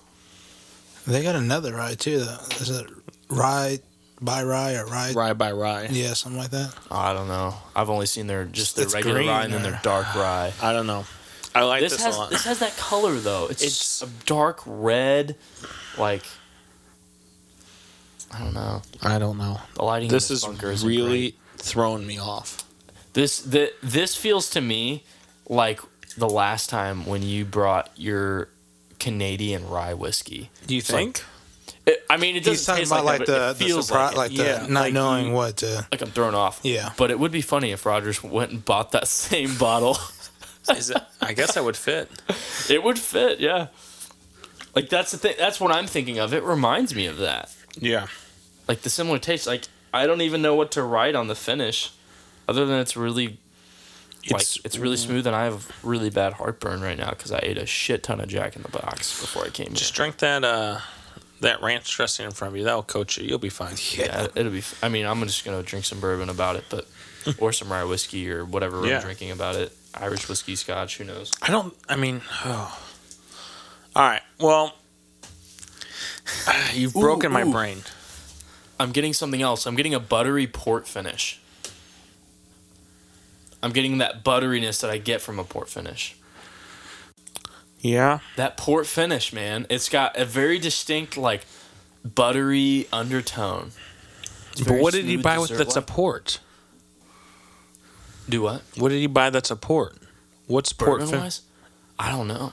They got another rye too. Though. Is it rye by rye or rye?
rye by rye.
Yeah, something like that.
I don't know. I've only seen their just their
It's
regular
green
rye and then
or-
their dark rye.
I don't know. I like this,
This has
a lot.
this has that color though. It's,
It's-
a dark red, like I don't know.
I don't know.
The lighting. in
This is
bunker isn't
really
great.
throwing me off.
this. The, this feels to me like the last time when you brought your Canadian rye whiskey.
Do you
think? It, I mean, it doesn't
He's talking
taste
about
like,
like,
that,
the,
but it
the
feels
surprise,
like,
like, the
it.
Yeah,
not
like
knowing
you-
what to.
like I'm thrown off.
Yeah.
but it would be funny if Rogers went and bought that <laughs> same bottle.
Is it? I guess I would
<laughs>
fit.
it would fit, yeah. Like that's the thing. That's what I'm thinking of. It reminds me of that.
Yeah.
Like the similar taste. Like I don't even know what to write on the finish, other than it's really. Like,
It's- mm.
it's, really smooth, and I have really bad heartburn right now because I ate a shit ton of Jack in the Box before I came
Just drink that uh that ranch dressing in front of you. That'll coach you. You'll be fine.
here. Yeah, it'll be. f- I mean, I'm just gonna drink some bourbon about it,
<laughs>
but or some rye whiskey or whatever
Yeah.
I'm drinking about it. Irish whiskey, Scotch, who knows?
I don't. I mean. Oh. All right. Well. <sighs> You've broken my
ooh.
brain.
I'm getting something else. I'm getting a buttery port finish. I'm getting that butteriness that I get from a port finish.
Yeah.
That port finish, man. It's got a very distinct like buttery undertone. It's
But
very
what did you
smooth
buy with
dessert
that's a
wine.
port?
Do what?
What did you buy that's a port? What's port
Bourbon
fin-
wise? I don't know.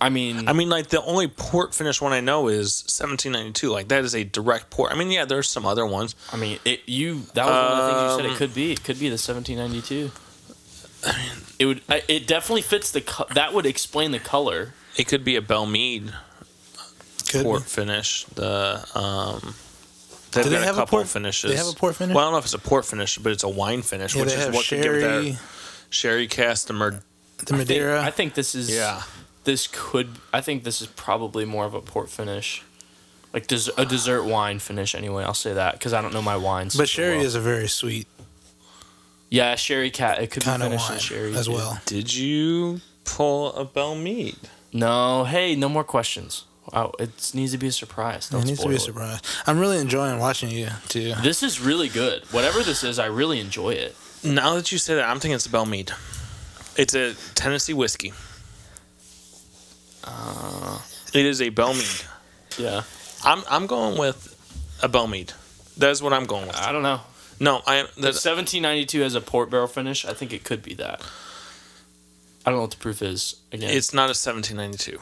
I mean,
I mean, like the only port finish one I know is 1792. Like that is a direct port. I mean, yeah, there's some other ones.
I mean, it. You that was one of the things you said it could be. It could be the 1792. It would. I- It definitely fits the. Co- that would explain the color.
It could be a Belmead
Could
port
be.
finish. The um, they've
Do they
got
have
a
a
couple
port-
finishes.
they have a port finish?
Well, I don't know if it's a port finish, but it's a wine finish,
Yeah,
which
they
is
have
what could give it
sherry,
that sherry cast and mur-
the Madeira.
I think, I think this is.
Yeah.
This could. I think this is probably more of a port finish, like des- a dessert wine finish. Anyway, I'll say that because I don't know my wines.
but
so
sherry
well.
is a very sweet
Yeah, sherry cat. It could be
kind of
finished in
wine
sherry
as
too.
well.
Did you pull a Belmead?
No, hey, no more questions. Wow, it needs to be a surprise. Don't
It needs to be a
spoil it.
surprise. I'm really enjoying watching you too.
This is really good. Whatever this is, I really enjoy it.
Now that you say that, I'm thinking it's a Belmead. It's a Tennessee whiskey. Uh, it is a Belmead.
Yeah.
I'm I'm going with a Belmead. That's what I'm going with.
I don't know.
No, I that's
1792 has a port barrel finish. I think it could be that. I don't know what the proof is. Again,
it's not a 1792.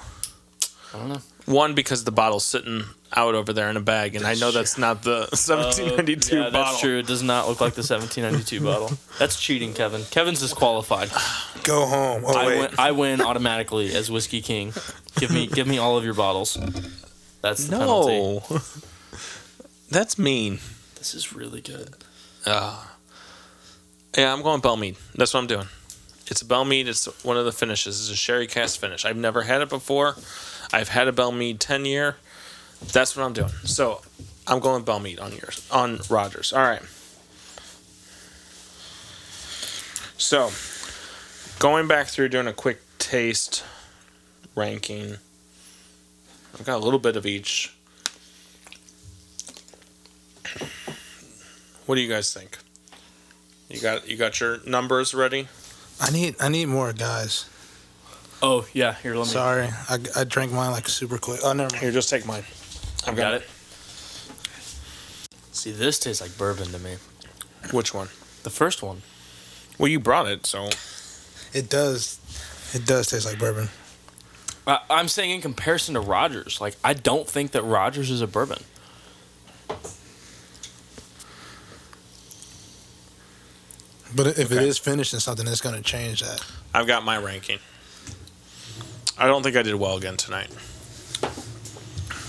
I don't know.
One because the bottle's sitting out over there in a bag, and I know that's not the <laughs> 1792
Oh, yeah,
bottle.
that's true. It does not look like the <laughs> 1792 bottle. That's cheating, Kevin. Kevin's disqualified.
Go home. Oh
I
wait,
win, I win automatically as whiskey king. Give me, give me all of your bottles. That's the penalty.
No, <laughs> that's mean.
This is really good.
Yeah, I'm going Belmead. That's what I'm doing. It's a Belmead. It's one of the finishes. It's a sherry cast finish. I've never had it before. I've had a Belmead 10 year. That's what I'm doing. So I'm going Belmead on yours on Rogers. All right. So going back through doing a quick taste ranking. I've got a little bit of each. What do you guys think? You got you got your numbers ready?
I need I need more guys.
Oh yeah, here let me.
Sorry, I, I drank mine like super quick. Oh never mind.
Here, just take mine.
I got it. See, this tastes like bourbon to me.
Which one?
The first one.
Well, you brought it, so
It does, it does taste like bourbon.
I, I'm saying in comparison to Rogers, like I don't think that Rogers is a bourbon.
But if it
Okay.
is finished in something, it's gonna change that.
I've got my ranking. I don't think I did well again tonight.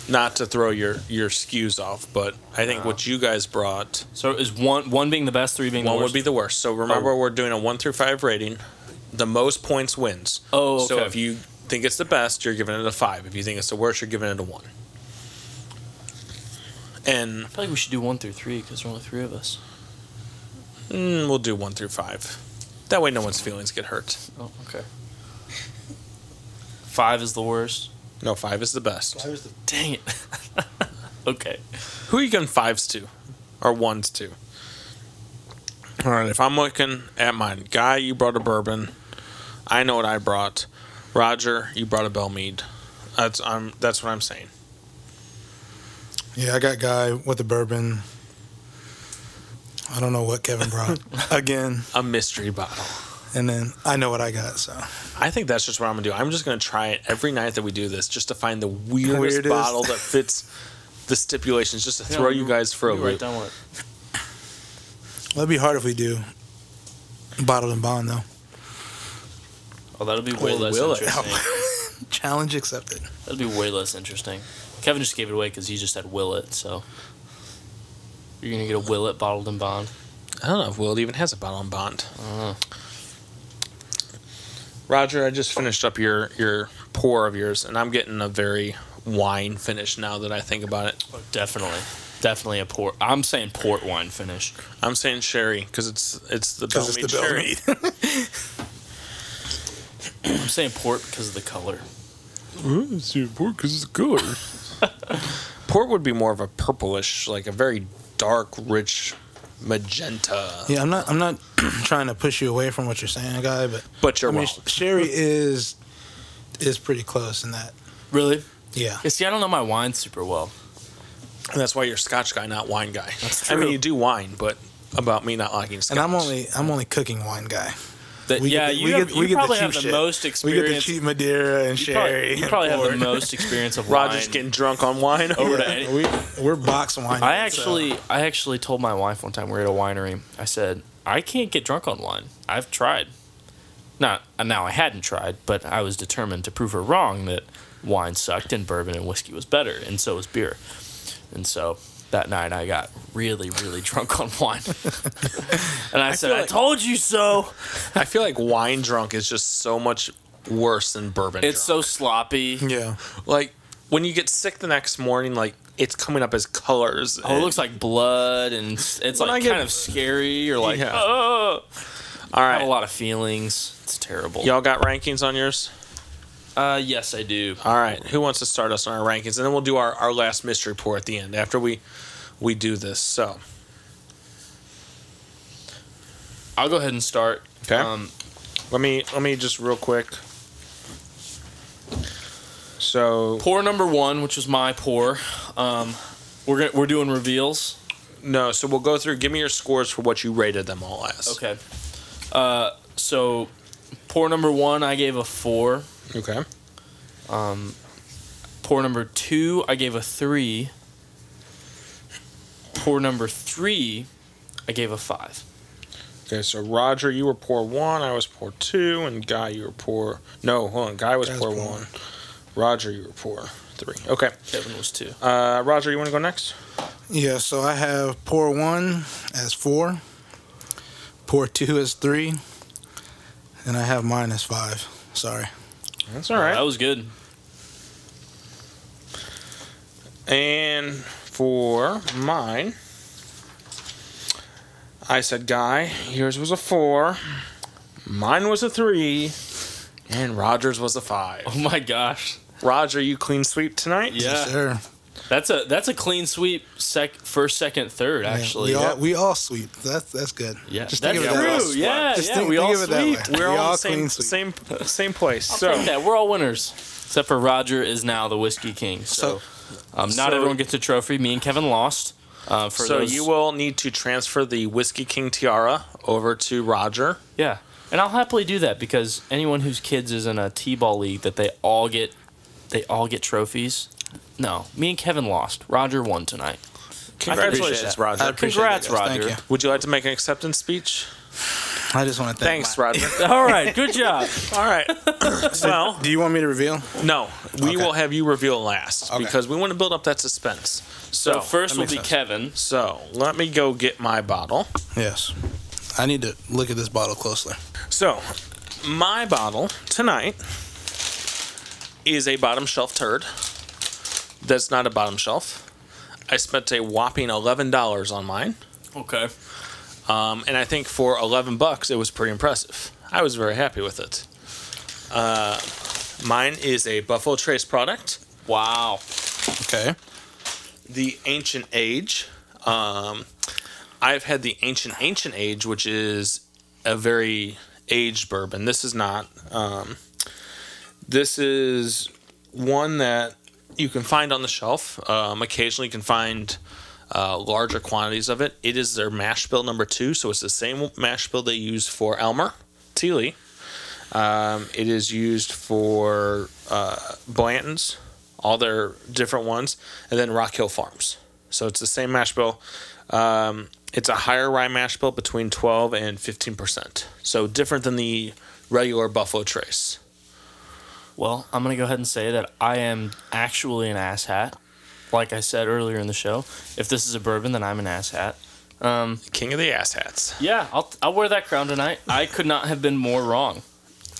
Not to throw your your skews off, but I think what
Uh-huh.
you guys brought
So is one one being the best, three being
one
the
would
worst?
be the worst. So remember,
Oh.
we're doing a one through five rating. The most points wins.
Oh,
so
okay.
if you think it's the best, you're giving it a five. If you think it's the worst, you're giving it a one. And
I feel like we should do one through three because there are only three of us.
mm, we'll do one through five. That way, no one's feelings get hurt.
Oh, okay. <laughs> Five is the worst.
No, five is the best.
was the
Dang it. <laughs> okay.
Who are you giving fives to, or ones to? All right, if I'm looking at mine, Guy, you brought a bourbon. I know what I brought. Roger, you brought a Bell Mead. That's I'm. That's what I'm saying.
Yeah, I got guy with the bourbon. I don't know what Kevin <laughs> brought again,
A mystery bottle.
and then I know what I got. So
I think that's just what I'm gonna do. I'm just gonna try it every night that we do this, just to find the weirdest,
Weirdest.
bottle that fits the stipulations, just to throw you guys for a
You write
loop.
down what?
that'd be hard if we do bottled and bond though.
Oh, that'll be way
Or
less
will it?
interesting.
Challenge accepted.
<laughs> That'll be way less interesting. Kevin just gave it away because he just said will it. So you're gonna get a will it bottled and bond.
I don't know if Will even has a bottle on bond.
Uh-huh.
Uh,
Roger, I just finished up your your pour of yours, and I'm getting a very wine finish now that I think about it.
definitely, definitely a port. I'm saying port wine finish.
I'm saying sherry because it's it's the Bell
Because it's
Mead
the Bell <laughs>
sherry.
Mead.
I'm saying port because of the color.
<laughs> Port would be more of a purplish, like a very dark, rich magenta.
yeah, I'm not. I'm not <clears throat> trying to push you away from what you're saying, guy. But
But you're
I mean,
wrong.
Sherry is is pretty close in that.
Really?
Yeah,
Yeah, see, I don't know my wine super well.
And that's why you're a Scotch guy, not wine guy.
That's
I mean,
true.
you do wine, but about me not liking Scotch.
and I'm only I'm only cooking wine guy.
That,
We get
yeah,
the-
you,
we
have,
get-
you
we get the
probably
cheap
have the
shit.
most
We get the
experience.
cheap Madeira and
you
Sherry.
probably, you probably have the
and
most experience of wine.
Roger's getting drunk on wine.
over to
Oh, Yeah, we,
any-
we're box wine.
I actually, I actually told my wife one time we were at a winery. I said I can't get drunk on wine. I've tried. Not uh, now. I hadn't tried, but I was determined to prove her wrong that wine sucked and bourbon and whiskey was better, and so was beer. And so that night I got really, really drunk on wine, <laughs> and I, said,
feel
"I
like-
told you so."
I feel like wine drunk is just so much worse than bourbon.
It's
drunk.
so sloppy.
<laughs>
yeah.
like when you get sick the next morning, like it's coming up as colors.
Oh, it looks like blood, and it's it's,
When
like
I get-
kind of scary. You're like,
Yeah.
oh,
all
I have a
right.
lot of feelings. It's terrible.
Y'all got rankings on yours?
Uh, yes, I do.
All right. Who wants to start us on our rankings? And then we'll do our, our last mystery pour at the end after we we do this. So
I'll go ahead and start.
Okay.
Um,
let me let me just real quick. So
pour number one, which was my pour. Um, we're gonna, we're doing reveals.
no, so we'll go through. Give me your scores for what you rated them all as.
Okay. Uh, so pour number one, I gave a four.
Okay.
Pour number two, I gave a three. Pour number three, I gave a five.
Okay. So Roger, you were poor one. I was poor two, and Guy, you were poor. No, hold on. Guy was
Guy's
poor,
poor.
one. Roger, you were poor three. Okay.
Kevin was two.
Uh, Roger, you want to go next?
Yeah, so I have pour one as four, pour two as three, and I have mine as five. Sorry.
That's all
That
right.
was good.
And for mine, I said, Guy, yours was a four, mine was a three, and Roger's was a five.
Oh my gosh,
Roger, you clean sweep tonight?
Yeah.
Yes, sir.
that's a that's a clean sweep. Sec first, second, third.
Yeah,
Actually,
we all we all sweep. That's that's good.
yeah,
Just
that's
think of it that
true.
way.
Yeah,
Just
yeah,
think-
we
think
all
of it that way.
sweep.
We're
We
all,
all
in the same,
clean sweep.
same same place.
<laughs> I'll
so
take that. We're all winners, except for Roger is now the Whiskey King. So, um, not
so-
everyone gets a trophy. Me and Kevin lost. Uh, for
so
those,
you will need to transfer the Whiskey King tiara over to Roger.
yeah, and I'll happily do that because anyone whose kids is in a t-ball league that they all get, they all get trophies. No, me and Kevin lost. Roger won tonight.
Congratulations,
that.
Roger.
I appreciate
Congrats,
that, guys.
Roger.
Thank you.
Would you like to make an acceptance speech?
I just want to thank.
Thanks, Roger.
All right, good job.
<laughs> All right. <laughs> well,
Do you want me to reveal?
no, we
Okay.
will have you reveal last
Okay.
because we want to build up that suspense. So,
So first
that
will
makes
be
sense.
Kevin.
so let me go get my bottle.
Yes. I need to look at this bottle closely.
So, my bottle tonight is a bottom shelf turd. That's not a bottom shelf. I spent a whopping eleven dollars on mine,
Okay.
um, and I think for eleven bucks, it was pretty impressive. I was very happy with it. Uh, mine is a Buffalo Trace product,
Wow.
Okay.
the Ancient Age. Um, I've had the Ancient Ancient Age, which is a very aged bourbon. This is not. Um, this is one that you can find on the shelf. Um, occasionally, you can find uh, larger quantities of it. It is their mash bill number two, so it's the same mash bill they use for Elmer Teely. Um, it is used for uh, Blanton's, all their different ones, and then Rock Hill Farms. So it's the same mash bill. Um, it's a higher rye mash bill between 12 and 15%. So different than the regular Buffalo Trace.
Well, I'm gonna go ahead and say that I am actually an asshat. Like I said earlier in the show, if this is a bourbon, then I'm an asshat.
King of the ass hats.
Yeah, I'll I'll wear that crown tonight. I could not have been more wrong.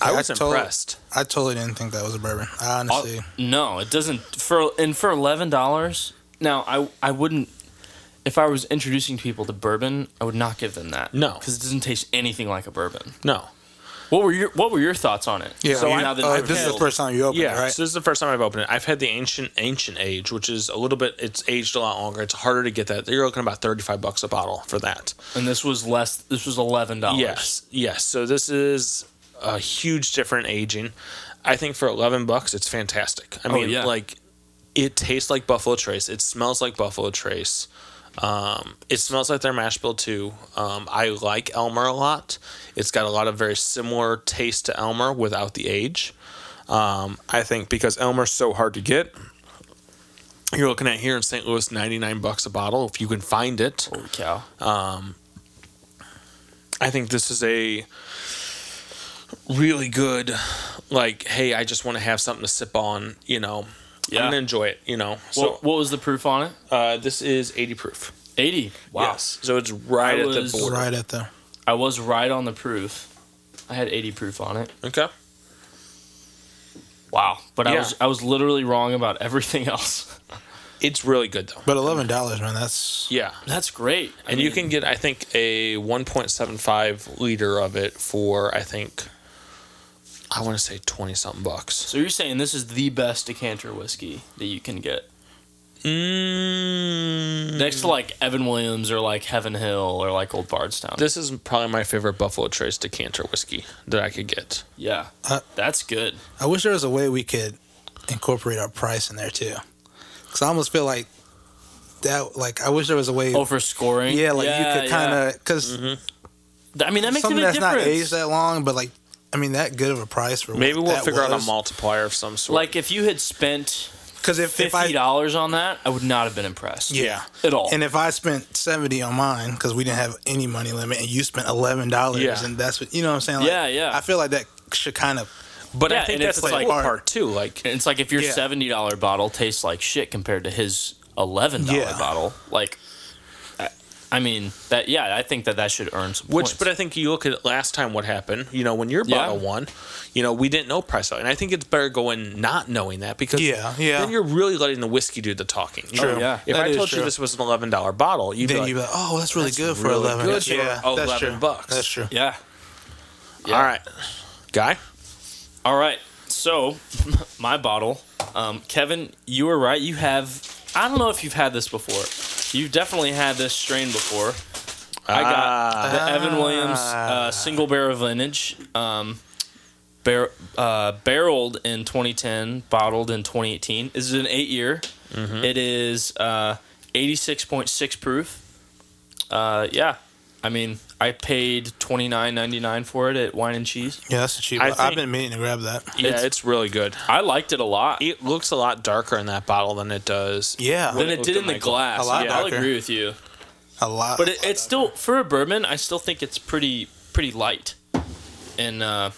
I
Yeah,
was
I told-
impressed.
I totally didn't think that was a bourbon. I
I'll-
honestly.
no, it doesn't. For and for eleven dollars, now I I wouldn't. If I was introducing people to bourbon, I would not give them that.
No.
because it doesn't taste anything like a bourbon.
No.
What were your What were your thoughts on it?
yeah.
so
you-
I-
now that
oh,
you've
this is the
had-
first time you opened
Yeah,
it, right?
so this is the first time I've opened it. I've had the ancient ancient age, which is a little bit. It's aged a lot longer. It's harder to get that. You're looking about thirty five bucks a bottle for that.
and this was less. This was eleven dollars.
Yes, yes. So this is a huge different aging. I think for eleven bucks, it's fantastic. I mean,
Oh, yeah.
like it tastes like Buffalo Trace. It smells like Buffalo Trace. Um, it smells like their mash bill too. Um, I like Elmer a lot. It's got a lot of very similar taste to Elmer without the age. Um, I think because Elmer's so hard to get. You're looking at here in St. Louis, ninety nine bucks a bottle if you can find it.
Holy cow!
I think this is a really good, like, hey, I just want to have something to sip on, you know.
Yeah.
I'm gonna enjoy it, you know.
what,
So
what was the proof on it?
uh, this is 80 proof.
Eighty. Wow.
Yes. So it's right
I
at
was-
the border.
Right at the.
I was right on the proof. I had eighty proof on it.
Okay.
Wow. But I
Yeah.
was I was literally wrong about <laughs> everything else.
It's really good though.
But eleven dollars, man. That's
Yeah.
That's great. I
And you
mean,
can get, I think, a 1.75 liter of it for, I think, I want to say 20 something bucks.
So you're saying this is the best decanter whiskey that you can get,
Hmm.
Mm,
next to like Evan Williams or like Heaven Hill or like Old Bardstown.
this is probably my favorite Buffalo Trace decanter whiskey that I could get.
yeah,
Uh,
that's good.
I wish there was a way we could incorporate our price in there too, because I almost feel like that. Like I wish there was a way.
Oh, for scoring.
yeah, like you could
yeah.
kind of because
Th- I mean, that makes a
something
big
that's
difference.
not aged that long, but like I mean that good of a price for
Maybe
what
we'll
that
figure out a
was.
multiplier of some sort.
like if you had spent
Because if, if
fifty
I
dollars on that, I would not have been impressed.
yeah.
at
Oh.
all.
And if I spent seventy on mine because we didn't have any money limit, and you spent eleven dollars,
Yeah.
and that's what you know what I'm saying. Like,
Yeah, yeah.
I feel like that should kind of
but
Yeah,
I think
and if
that's
it's
like
like-
part, part two. Like,
And it's like if your
Yeah.
seventy dollar bottle tastes like shit compared to his eleven dollar
Yeah.
bottle, like, I, I mean that. Yeah, I think that that should earn some.
which,
points.
but I think you look at last time what happened. You know, when your
Yeah.
bottle won, you know, we didn't know price out, and I think it's better going not knowing that because
Yeah, yeah.
then you're really letting the whiskey do the talking. You
True.
know?
Yeah.
If
That
I
is
told you
true.
this was an eleven dollar bottle, you'd
then
be
you be
like,
like, oh, that's really good for
really
eleven.
good for
yeah,
11
true.
bucks.
That's true.
yeah.
"All right, guy."
All right. So, <laughs> my bottle, um, Kevin, you were right. You have. I don't know if you've had this before. You've definitely had this strain before. I got the Evan Williams uh, single barrel vintage, um, bar- uh, barreled in 2010, bottled in 2018. This is an eight year. It is uh, 86.6 proof. Uh, yeah, I mean, I paid 29.99 for it at Wine and Cheese.
Yeah, that's a cheap.
I
one. I've
think-
been meaning to grab that.
Yeah, it's,
It's-
really good.
I liked it a lot.
It looks a lot darker in that bottle than it does.
Yeah,
than it
looked
did
at
in the
Michael.
glass.
A lot
yeah, I'll
darker.
agree with you.
a lot.
But it, it's still for a bourbon. I still think it's pretty pretty light, in uh,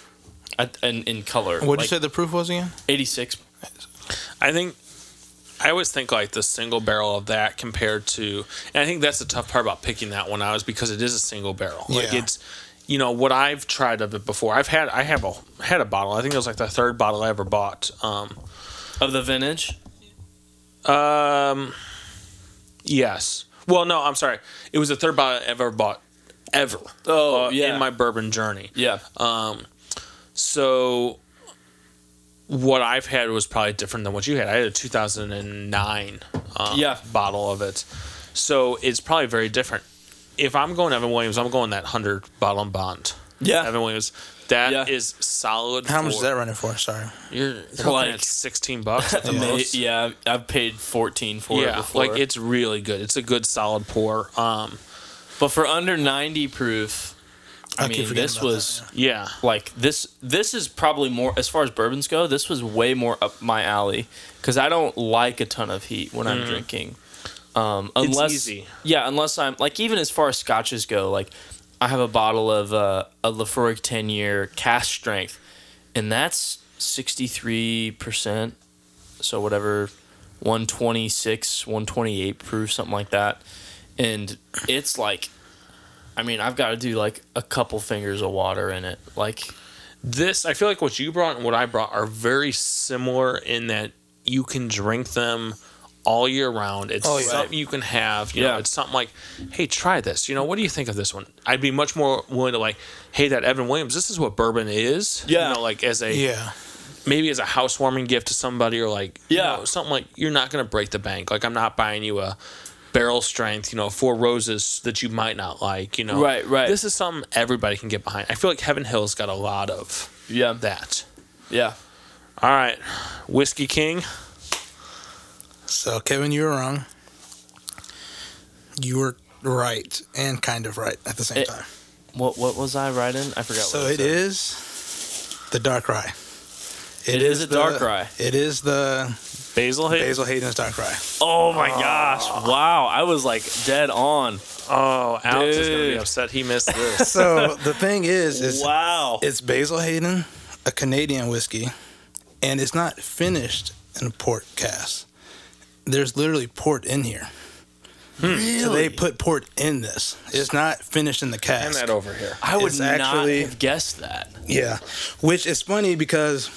I- in, in color.
What would you
Like
say the proof was again?
Eighty six.
I think I always think like the single barrel of that compared to, and I think that's the tough part about picking that one out is because it is a single barrel. Like
Yeah.
it's, you know, what I've tried of it before. I've had I have a had a bottle. I think it was like the third bottle I ever bought. Um,
of the vintage.
um, yes. Well, no, I'm sorry. It was the third bottle I ever bought ever.
Oh,
uh,
yeah.
in my bourbon journey.
Yeah,
Um, So what I've had was probably different than what you had. I had a 2009 um,
Yeah.
bottle of it. So it's probably very different. If I'm going Evan Williams, I'm going that 100 bottle and bond.
yeah.
Evan Williams. that is
Ah. Yeah.
solid.
How much is
for-
that running for? Sorry.
You're
Like-
like 16 bucks at the
Ma-
most.
yeah, I've paid fourteen for it
Yeah,
before.
like it's really good. It's a good solid pour. Um,
but for under ninety proof, I,
I keep
mean,
forgetting
this
about
was
yeah,
like this. This is probably more as far as bourbons go. This was way more up my alley because I don't like a ton of heat when I'm drinking. Um, unless
easy.
yeah, unless I'm like even as far as scotches go, like I have a bottle of uh, a Lafroig ten year cast strength, and that's sixty three percent. So whatever, one twenty six, one twenty eight proof, something like that, and it's like. I mean, I've got to do like a couple fingers of water in it. Like,
this I feel like what you brought and what I brought are very similar in that you can drink them all year round. It's
Oh, yeah.
something you can have. You know,
Yeah.
it's something like, hey, try this. You know, what do you think of this one? I'd be much more willing to like, hey, that Evan Williams. This is what bourbon is.
Yeah.
you know, like as a
Yeah.
maybe as a housewarming gift to somebody or like you
Yeah.
know, something like you're not gonna break the bank. Like I'm not buying you a barrel strength, you know, four roses that you might not like. You know,
Right, right.
This is something everybody can get behind. I feel like Heaven Hill's got a lot of
yeah,
that.
yeah.
All right, Whiskey King.
So Kevin, you were wrong. You were right and kind of right at the same
It-
time.
What what was I writing? I forgot.
So
what I
it
said.
is the dark rye.
It is a dark
the-
rye.
It is the
Basil Hay.
Basil Hayden's dark rye.
Oh my gosh! Wow, I was like dead on.
Oh, Alex is gonna be
Dude.
upset he missed
<laughs>
this.
<laughs>
So the thing is, is
wow.
it's Basil Hayden, a Canadian whiskey, and it's not finished in a port cask. There's literally port in here.
Hmm.
So they put port in this. It's not finished in the
Hand
cask.
that over here.
I would
it's
not
actually-
have guessed that.
Yeah, which is funny because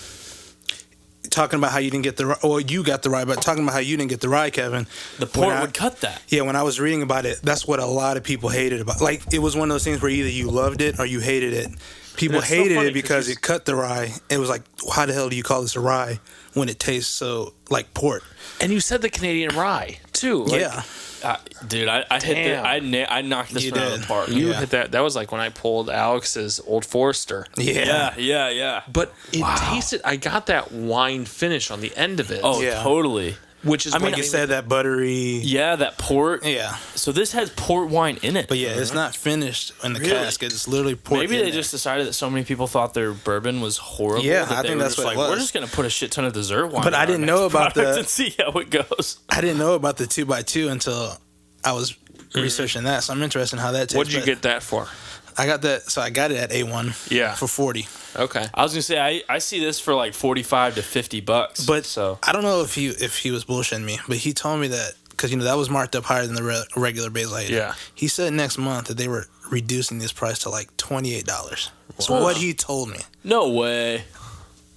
talking about how you didn't get the ri- well, you got the rye, but talking about how you didn't get the rye, Kevin.
The port
I-
would cut that.
Yeah, when I was reading about it, that's what a lot of people hated about. Like it was one of those things where either you loved it or you hated it. People
it's so
hated
funny
it
'cause
because
you-
it cut the rye. It was like, how the hell do you call this a rye when it tastes so like port?
And you said the Canadian rye too. Like,
yeah,
I, dude, I, I hit. The,
Damn.
I na- I knocked this
You
one out of
did.
the park.
you
Yeah.
hit that. That was like when I pulled Alex's Old Forester.
yeah,
yeah, yeah, yeah.
But it tasted. I got that wine finish on the end of it.
Oh,
Yeah.
totally.
which is
I mean,
Like
what
you said, that buttery.
Yeah, that port.
Yeah,
So this has port wine in it.
but yeah,
Uh-huh.
it's not finished in the
Really?
cask. It's literally port.
Maybe
in
they
there.
just decided that so many people thought their bourbon was horrible.
Yeah,
that
I
they
think
were
that's
just
what
like,
it
We're
was.
just gonna put a shit ton of dessert wine.
But
in
I
our
didn't
next
know about
product
the-
And <laughs> see how it goes.
I didn't know about the two by two until I was researching that. So I'm interested in how that. Tastes,
Mm-hmm. What'd you
but
get that for?
I got that. So I got it at A1.
Yeah.
For 40.
Okay.
I was gonna say I, I see this for like forty five to fifty bucks.
But
so
I don't know if he if he was bullshitting me, but he told me that because you know that was marked up higher than the re- regular basil. Hayden.
Yeah.
He said next month that they were reducing this price to like twenty eight dollars. That's what he told me.
no way.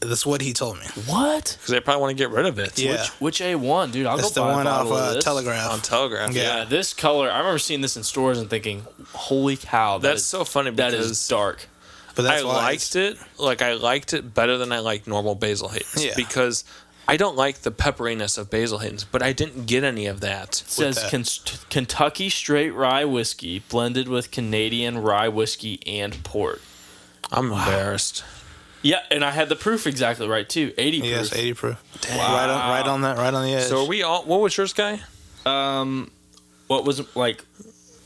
That's what he told me.
What?
Because they probably want to get rid of it.
Yeah.
Which A one, dude? I'll
That's
go
the
buy
one
a
off
bottle of
uh,
this.
Telegraph.
On Telegraph.
Yeah.
Yeah, this color. I remember seeing this in stores and thinking, "Holy cow, that
That's
is-
so funny
That is
because-
dark."
but that's
I
why
liked it. Like I liked it better than I like normal basil Hayden's
Yeah.
because I don't like the pepperiness of basil Hayden's, but I didn't get any of that.
It says
that.
Ken- Kentucky straight rye whiskey blended with Canadian rye whiskey and port.
I'm embarrassed.
Yeah, and I had the proof exactly right too. Eighty proof.
Yes, eighty proof. Right on, right on that, right on the edge.
So are we all? What was yours, guy?
Um, what was like?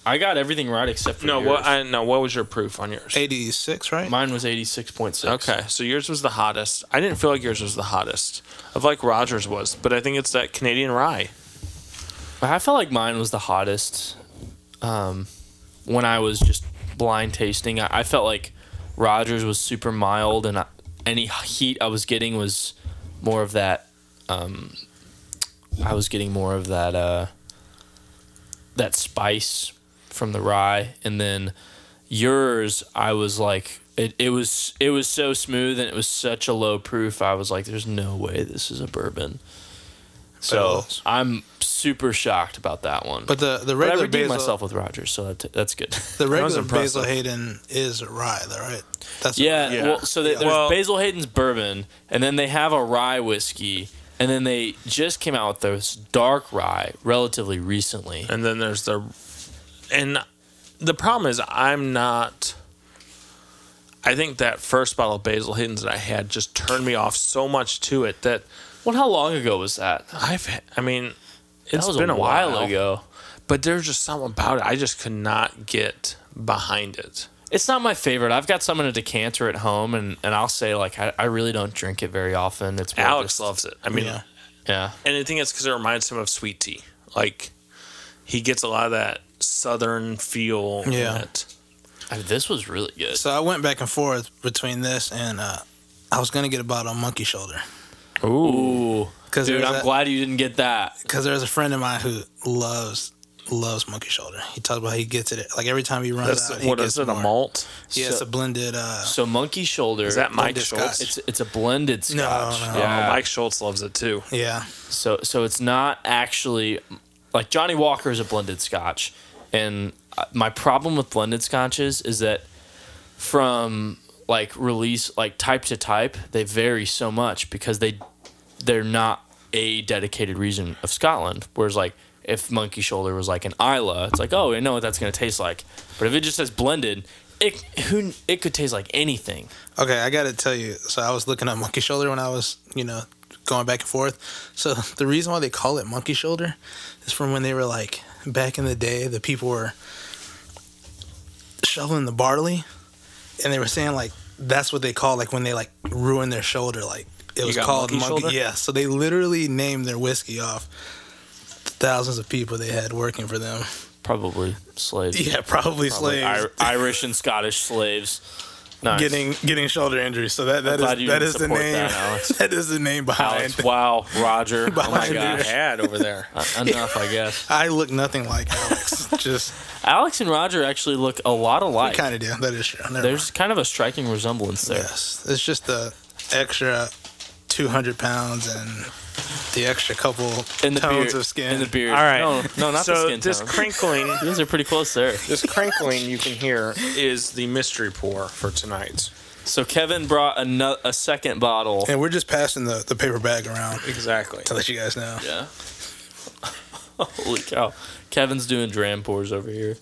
I got everything right except for
No,
yours.
what? I, no, what was your proof on yours?
eighty six, right?
Mine was eighty six point six.
Okay, so yours was the hottest. I didn't feel like yours was the hottest. Of like Rogers was, but I think it's that Canadian rye.
I felt like mine was the hottest um, when I was just blind tasting. I, I felt like Rogers was super mild, and I, any heat I was getting was more of that. Um, I was getting more of that uh, that spice from the rye, and then yours, I was like, it, it was it was so smooth, and it was such a low proof. I was like, there's no way this is a bourbon. So
was.
I'm super shocked about that one.
But the the
But I
regular
redeemed
basil,
myself with Rogers, so that that's good. <laughs>
the regular
impressive.
Basil Hayden is rye, though, right? That's
yeah,
Yeah.
Well, so they, there's
Well-
Basil Hayden's bourbon, and then they have a rye whiskey, and then they just came out with this dark rye relatively recently.
and then there's the and the problem is i'm not i think that first bottle of basil hiddens that i had just turned me off so much to it that
Well, how long ago was that?
i've ha- i mean
That
it's
was
been
a while, ago.
but there's just something about it i just could not get behind it
It's not my favorite. I've got some in a decanter at home, and, and I'll say like I, I really don't drink it very often. It's more
alex
just-
loves it i mean
Yeah.
yeah.
and i think it's because it reminds him of sweet tea like he gets a lot of that southern feel in
Yeah.
it.
I mean, this was really good.
So I went back and forth between this and uh, I was gonna get a bottle of Monkey Shoulder
Ooh,
because
dude, I'm glad you didn't get that.
because there's a friend of mine who loves loves Monkey Shoulder. He talks about he gets it like every time he runs
That's
out. he
what
gets
is it? A
more.
malt?
Yeah, it's a blended. Uh,
So monkey shoulder.
Is that Mike
Blended
Schultz?
Scotch.
It's it's a blended
No,
scotch.
no.
Oh,
Yeah.
Mike Schultz loves it too.
yeah,
So so it's not actually like Johnny Walker is a blended scotch, and uh, my problem with blended scotches is that from like release like type to type they vary so much because they they're not a dedicated region of Scotland. Whereas like if Monkey Shoulder was like an Isla, it's like oh I know what that's gonna taste like. But if it just says blended, it who it could taste like anything.
Okay, I got to tell you. So I was looking up monkey shoulder when I was, you know, going back and forth. So the reason why they call it monkey shoulder is from when they were like back in the day, the people were shoveling the barley, and they were saying like that's what they call like when they like ruin their shoulder. Like it was
got
called
monkey
monkey.
shoulder?
Yeah. So they literally named their whiskey off the thousands of people they had working for them. <laughs>
Probably slaves.
Yeah, probably,
Probably
slaves
Ir- Irish and Scottish slaves. Nice.
getting getting shoulder injuries. So that that
glad you
is that
didn't
is the
support
name.
that,
<laughs>
Alex.
that is the name behind.
Alex, wow, Roger. Oh my
<laughs> Behind
gosh.
Ad over there.
<laughs> Uh, Enough,
<laughs>
I guess.
I look nothing like
<laughs>
Alex. Just
Alex and Roger actually look a lot alike.
kind of do. That is true. Never
There's kind of a striking resemblance there.
mind. yes. It's just the extra two hundred pounds and the extra couple
In the
tones
beard.
of skin.
In the
<laughs>
beard.
All right.
No, no not
so
the skin
this
tone. <laughs>
crinkling,
you guys are pretty close there.
this crinkling you can hear is the mystery pour for tonight.
So Kevin brought a, nu- a second bottle.
And we're just passing the, the paper bag around <laughs>
Exactly.
to let you guys know.
Yeah. <laughs> Holy cow. Kevin's doing dram pours over here.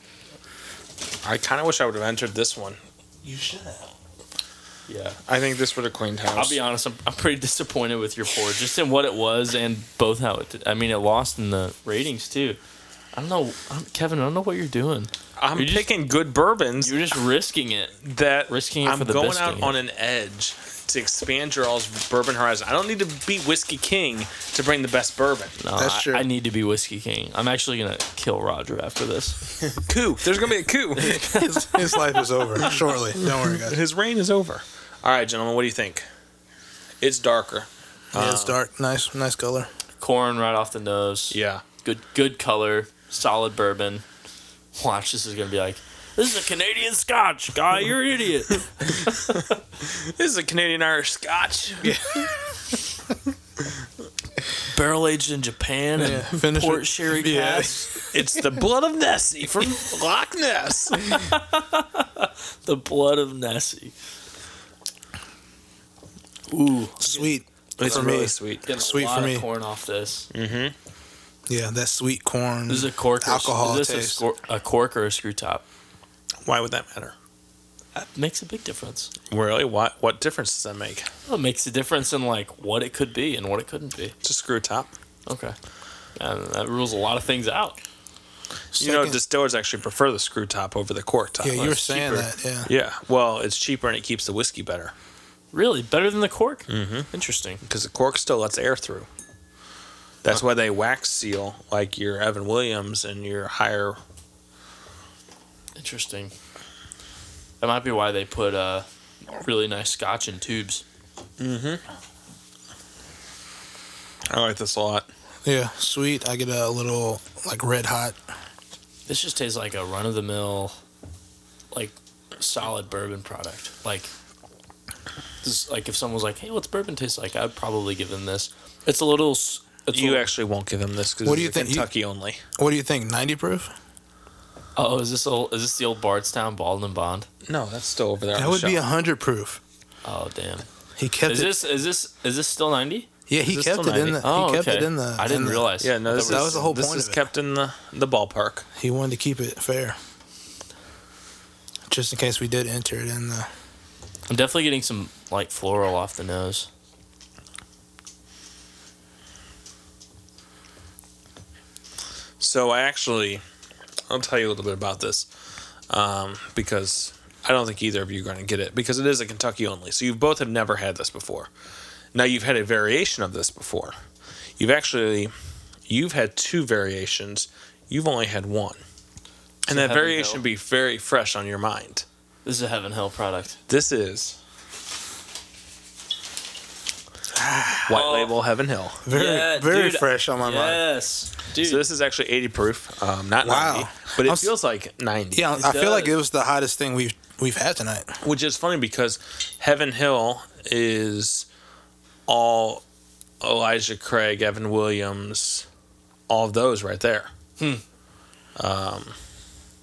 I kind of wish I would have entered this one.
You should.
Yeah.
I think this would have cleaned house.
I'll be honest, I'm, I'm pretty disappointed with your pour, just in what it was and both how it did. I mean, it lost in the ratings, too. I don't know, I don't, Kevin, I don't know what you're doing.
I'm
You're just-
picking good bourbons
You're just risking it.
that
risking it
I'm
for the
going
best
out
thing.
on an edge to expand your all's bourbon horizon. I don't need to be Whiskey King to bring the best bourbon.
No,
That's
I,
true. <laughs>
I need to be Whiskey King. I'm actually going to kill Roger after this.
Coup. There's going to be a
<laughs>
coup.
his, his life is over shortly. Don't worry, guys.
His reign is over. All right, gentlemen, what do you think? It's darker.
Yeah, it's dark. Nice, nice color.
Corn right off the nose.
Yeah.
Good, good color. Solid bourbon. Watch, this is going to be like, this is a Canadian scotch, guy. You're an
<laughs>
idiot.
This is a Canadian Irish Scotch.
<laughs> Barrel aged in Japan and
Yeah, finish
port
it.
sherry
Yeah.
cask.
It's the blood of Nessie from Loch Ness.
The blood of Nessie. Ooh.
Sweet.
<laughs> It's
For me.
really sweet.
Getting
Sweet
a
for
lot
me. Mm-hmm.
of corn off this.
Yeah, that sweet corn.
This is a cork. Or
Alcohol
Is this a,
taste.
scor- a cork or a screw top?
Why would that matter?
That makes a big difference.
Really? What what difference does that make?
Well, it makes a difference in like what it could be and what it couldn't be.
It's a screw top.
Okay. And that rules a lot of things out.
You know,
Second-
distillers actually prefer the screw top over the cork top.
yeah, you were
it's
saying
cheaper.
that. Yeah.
Yeah, well, it's cheaper and it keeps the whiskey better
Really, better than the cork. Mm-hmm. Interesting.
because the cork still lets air through. That's why they wax seal like your Evan Williams and your higher.
Interesting. That might be why they put uh, really nice scotch in tubes.
I like this a lot.
Yeah, sweet. I get a little like red hot.
This just tastes like a run of the mill, like solid bourbon product. Like, this, is- like if someone was like, "Hey, what's bourbon taste like?" I'd probably give them this. It's a little. s- It's
You
a,
actually won't give him this because
What
what
do
do
you think- you-
Kentucky only.
What do you think? Ninety proof?
oh, is this old? Is this the old Bardstown Bald and Bond?
No, that's still over there. on
That
the
would be
shelf.
hundred proof.
Oh damn!
He kept
Is
it.
this is this is this still ninety?
yeah, he
this
kept
still
it
90?
in the.
Oh,
he kept
okay.
it in the.
I
in
didn't
the-
realize.
yeah, no,
I
this
thought
is-
That was the whole
this
point
is
of it.
kept in the the ballpark.
He wanted to keep it fair, just in case we did enter it in the.
I'm definitely getting some like floral off the nose.
So I actually, I'll tell you a little bit about this um, because I don't think either of you are going to get it because it is a Kentucky only. So you both have never had this before. Now you've had a variation of this before. You've actually, you've had two variations. You've only had one, and that
Heaven
variation
Hill.
be very fresh on your mind.
This is a Heaven Hill product.
This is. White
Oh.
label Heaven Hill.
Very,
Yeah,
very
dude.
fresh on my mind.
Yes, dude.
So this is actually 80 proof, um, not
Wow.
90, but it
I'm s-
feels like 90.
Yeah,
It
I feel like
does.
it was the hottest thing we've we've had tonight.
which is funny because Heaven Hill is all Elijah Craig, Evan Williams, all of those right there.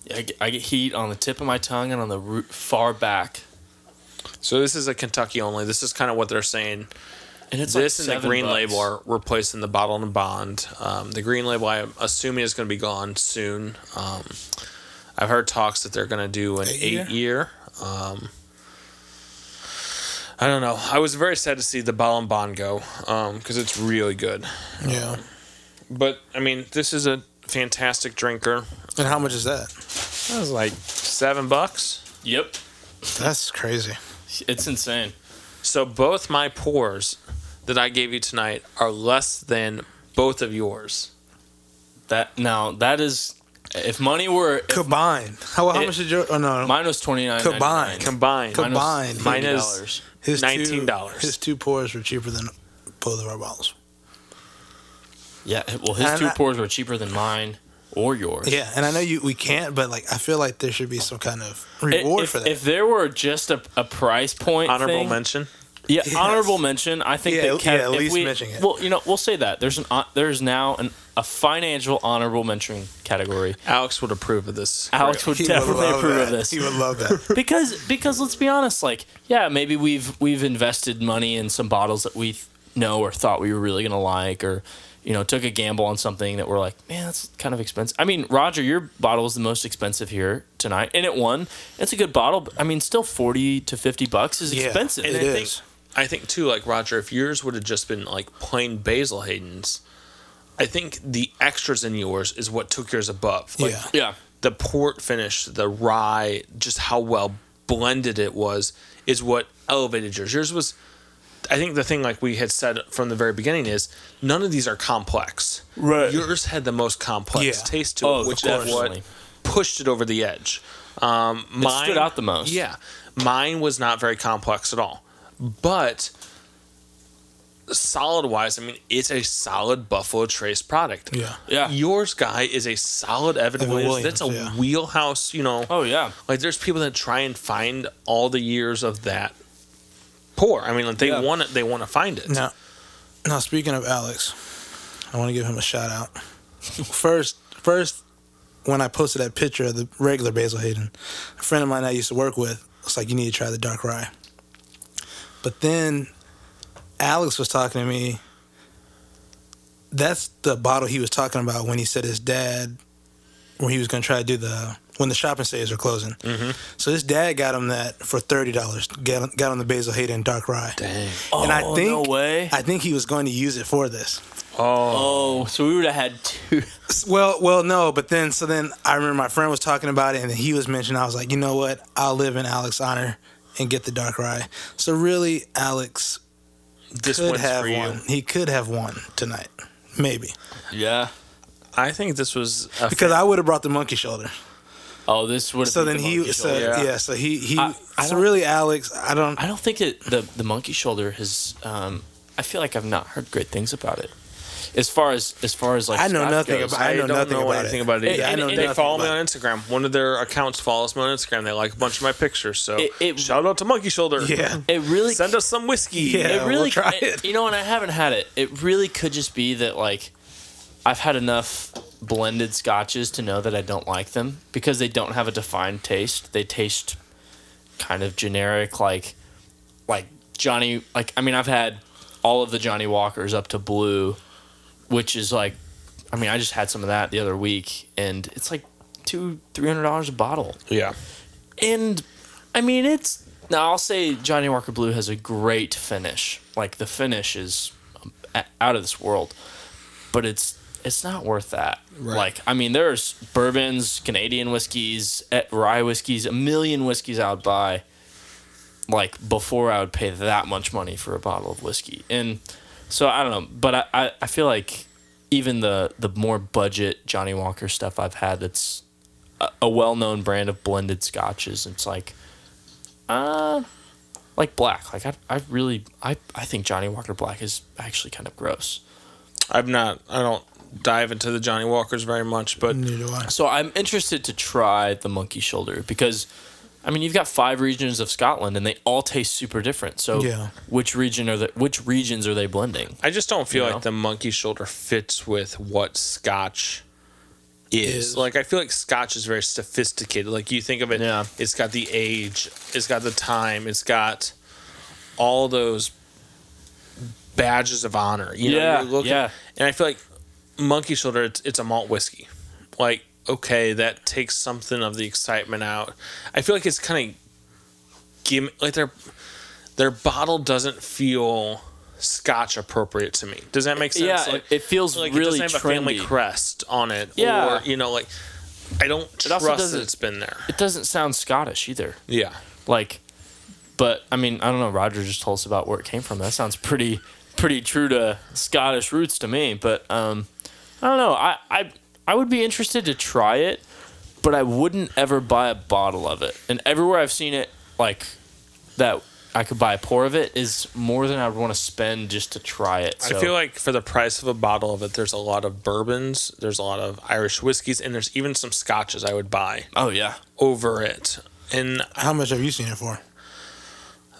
I, get, I get heat on the tip of my tongue and on the root far back,
So this is a Kentucky only. This is kind of what they're saying.
and it's
this
like
and the
seven
green
bucks.
label are replacing the bottle and bond. Um, the green label, I'm assuming, is going to be gone soon. Um, I've heard talks that they're going to do an eight,
Eight year?
year. Um, I don't know. I was very sad to see the bottle and bond go because it's really good.
Yeah.
But I mean, this is a fantastic drinker.
And how much is that?
That was like seven bucks.
Yep,
That's crazy.
it's insane.
So both my pours that I gave you tonight are less than both of yours.
That now that is, if money were if
Combined. How, how
It-
much did your? Oh no,
mine was twenty nine
Combined.
Combined.
Combined. Mine
Mine is-
dollars.
his two-
$19.
His two pours were cheaper than both of our bottles.
Yeah, well, his
And
two
I-
pours were cheaper than mine or yours.
Yeah, and I know you we can't, but like I feel like there should be some kind of
I-
reward
if,
for that.
if there were just a, a price point,
Honorable
thing-
mention.
Yeah,
Yes.
honorable mention. I think
Yeah,
that Kev,
yeah, at
if
least
we,
mention it.
Well, you know, we'll say that there's an hon- there's now an, a financial honorable mention category.
Alex would approve of this.
Alex would definitely
love
approve
that.
of this
He would love that.
<laughs> because because let's be honest, like yeah, maybe we've we've invested money in some bottles that we th- know or thought we were really gonna like, or you know, took a gamble on something that we're like, man, that's kind of expensive. I mean, Roger, your bottle was the most expensive here tonight, and it won. It's a good bottle, but I mean, still forty to fifty bucks is
Yeah.
expensive.
And
And
It
I think,
is.
I think too, like Roger, if yours would have just been like plain Basil Hayden's, I think the extras in yours is what took yours above. Like,
yeah.
yeah,
the port finish, the rye, just how well blended it was, is what elevated yours. Yours was, I think, the thing like we had said from the very beginning is none of these are complex.
Right.
Yours had the most complex
Yeah.
taste to
Oh,
it, which
of
is what
course.
pushed it over the edge. Um, mine
stood out the most.
Yeah, mine was not very complex at all, but solid wise, I mean, it's a solid Buffalo Trace product.
Yeah.
yeah.
Yours guy is a solid Evan,
Evan
Williams.
Williams,
That's a
yeah.
wheelhouse, you know.
oh yeah,
Like there's people that try and find all the years of that pour. I mean, like, they
Yeah.
want it. They want to find it.
Now, now speaking of Alex, I want to give him a shout out. First, first, when I posted that picture of the regular Basil Hayden, a friend of mine I used to work with was like, "You need to try the dark rye." But then, Alex was talking to me. That's the bottle he was talking about when he said his dad, when he was going to try to do the when the shopping stays are closing. So his dad got him that for thirty dollars. Got got him the Basil Hayden dark rye.
Dang.
And I
Oh,
think
no way.
I think he was going to use it for this.
Oh,
Oh, so we would have had two.
S- Well, well, no, but then so then I remember my friend was talking about it, and then he was mentioning. I was like, you know what? I'll live in Alex's honor and get the dark rye. So really, Alex
this
could
one's
have
for
won.
you.
He could have won tonight, maybe
Yeah.
I think this was a
because I would have brought the monkey shoulder.
Oh, this would.
So then he, so
shoulder.
yeah.
Yeah.
so he, he.
I- I
so
don't-
really, Alex, I don't.
I don't think it. The the monkey shoulder has. Um, I feel like I've not heard great things about it. As far as as far as like
I know
Scott
nothing
goes,
about- I know
don't
nothing
know
about
anything
it.
about it.
And-
either.
and- and-
they
nothing
follow me
about
on Instagram. One of their accounts follows me on Instagram. They like a bunch of my pictures. So
It- it-
shout out to Monkey Shoulder.
Yeah.
It really
Send us some whiskey.
Yeah.
it
we'll
really
try
it-
it.
You know, and I haven't had it. It really could just be that like I've had enough blended scotches to know that I don't like them because they don't have a defined taste. They taste kind of generic like like Johnny like I mean I've had all of the Johnny Walkers up to blue which is like I mean I just had some of that the other week and it's like 2 300 dollars a bottle.
Yeah.
And I mean, it's now I'll say Johnny Walker Blue has a great finish. Like the finish is um, a- out of this world, but it's it's not worth that. Like I mean, there's bourbons, Canadian whiskeys, eh, rye whiskeys, a million whiskeys I would buy. Like before, I would pay that much money for a bottle of whiskey, and so I don't know. But I, I, I feel like even the the more budget Johnny Walker stuff I've had, that's a, a well known brand of blended scotches. It's like, uh, like black. Like I, I really, I, I think Johnny Walker Black is actually kind of gross.
I'm not. I don't dive into the Johnny Walkers very much, but
Neither do I.
So I'm interested to try the Monkey Shoulder because, I mean, you've got five regions of Scotland and they all taste super different. So
Yeah.
which region are the which regions are they blending?
I just don't feel
You know?
like the monkey shoulder fits with what Scotch is.
Is.
Like I feel like Scotch is very sophisticated. Like you think of it,
Yeah.
it's got the age, it's got the time, it's got all those badges of honor. You
Yeah,
know, you're looking,
yeah.
And I feel like monkey shoulder, it's, it's a malt whiskey. Like okay, that takes something of the excitement out. I feel like it's kind of gimme like their their bottle doesn't feel scotch appropriate to me. Does that make sense?
yeah,
like,
it, it feels
like
really
it doesn't have a family
trendy.
crest on it.
Yeah.
Or, you know, like I don't
also
trust
doesn't-
that it's been there.
it doesn't sound Scottish either.
Yeah.
Like, but I mean, I don't know. Roger just told us about where it came from. That sounds pretty, pretty true to Scottish roots to me. But um, I don't know. I, I, I would be interested to try it, but I wouldn't ever buy a bottle of it. And everywhere I've seen it, like that, I could buy a pour of it is more than I would want to spend just to try it. So,
I feel like for the price of a bottle of it, there's a lot of bourbons, there's a lot of Irish whiskeys, and there's even some scotches I would buy
oh yeah,
over it. And
How much have you seen it for?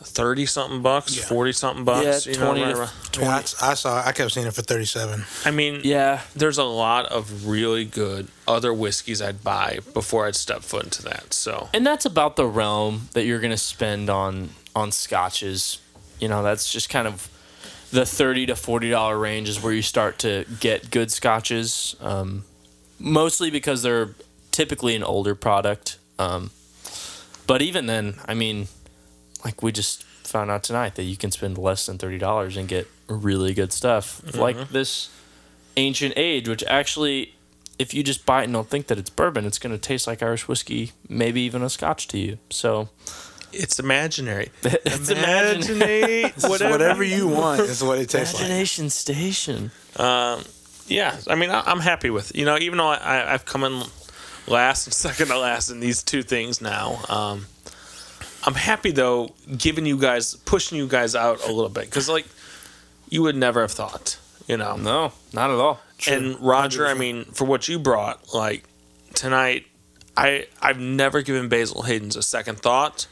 thirty something bucks,
Yeah.
forty something bucks.
yeah,
you know,
twenty.
right
to-
around-
Yeah, I, I saw. I kept seeing it for thirty-seven.
I mean,
yeah,
there's a lot of really good other whiskeys I'd buy before I'd step foot into that. So
and that's about the realm that you're going to spend on on scotches you know that's just kind of the 30 to 40 dollar range is where you start to get good scotches um, mostly because they're typically an older product um, but even then i mean like we just found out tonight that you can spend less than 30 dollars and get really good stuff like this ancient age which actually if you just buy it and don't think that it's bourbon, it's going to taste like Irish whiskey, maybe even a scotch to you. So
it's imaginary.
<laughs> it's imagine- <laughs>
Whatever, whatever you want is what it tastes like.
imagination station.
Yeah, I mean, I, I'm happy with you know, even though I, I, I've come in last and <laughs> second to last in these two things now. Um, I'm happy though, giving you guys pushing you guys out a little bit because like you would never have thought, you know.
No, not at all.
And Roger, I mean, for what you brought, like tonight, I I've never given Basil Hayden's a second thought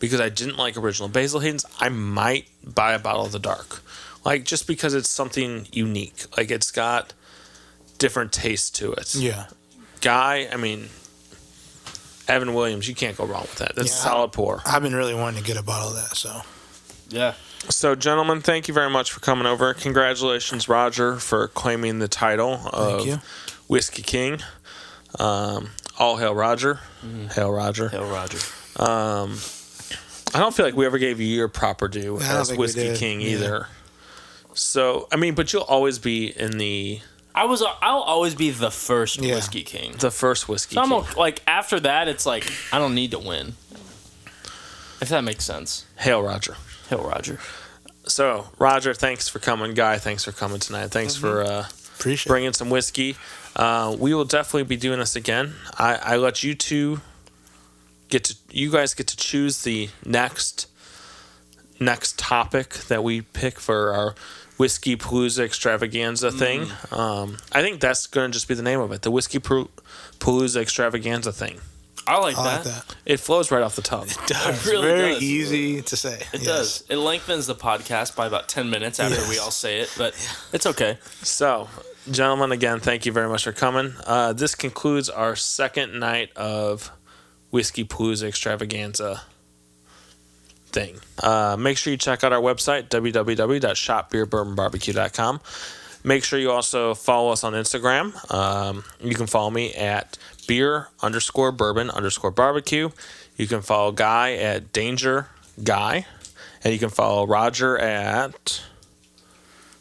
because I didn't like original Basil Hayden's. I might buy a bottle of the dark, like just because it's something unique. Like it's got different taste to it.
Yeah,
Guy, I mean, Evan Williams, you can't go wrong with that. That's a
Yeah.
solid pour.
I've been really wanting to get a bottle of that. So
Yeah.
So, gentlemen, thank you very much for coming over. Congratulations, Roger, for claiming the title of
you.
Whiskey King. Um, all hail Roger.
Mm-hmm.
Hail Roger.
Hell, Roger.
I don't feel like we ever gave you your proper due
I don't
as
think we
Whiskey
did,
King
yeah.
either. So, I mean, but you'll always be in the
I was. I'll always be the first
Yeah.
whiskey king.
the first Whiskey
So I'm
King.
o- like after that, it's like I don't need to win. If that makes sense.
hail Roger.
Hell, Roger.
So, Roger, thanks for coming. Guy, thanks for coming tonight.
Mm-hmm.
Thanks for uh,
appreciate. it.
bringing some whiskey. Uh, we will definitely be doing this again. I, I let you two get to you guys get to choose the next next topic that we pick for our whiskey palooza extravaganza thing. Um, I think that's going to just be the name of it, the whiskey Pru- palooza extravaganza thing.
I like
I
that.
like that.
It flows right off the tongue.
It
It's
really
very
does.
easy to say. It
It does. It lengthens the podcast by about 10 minutes after we all say it, but it's okay.
So, gentlemen, again, thank you very much for coming. Uh, this concludes our second night of Whiskey Palooza extravaganza thing. Uh, make sure you check out our website, www.shopbeerburtonbarbecue.com. Make sure you also follow us on Instagram. Um, you can follow me at beer underscore bourbon underscore barbecue. You can follow Guy at danger guy. And you can follow Roger at.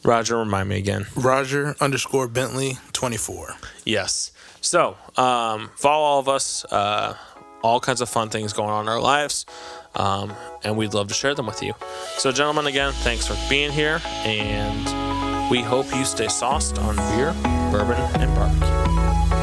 Roger, remind me again.
Roger underscore Bentley twenty four.
Yes. So, um, follow all of us. Uh, all kinds of fun things going on in our lives, um, and we'd love to share them with you. So, gentlemen, again, thanks for being here, and we hope you stay sauced on beer, bourbon, and barbecue.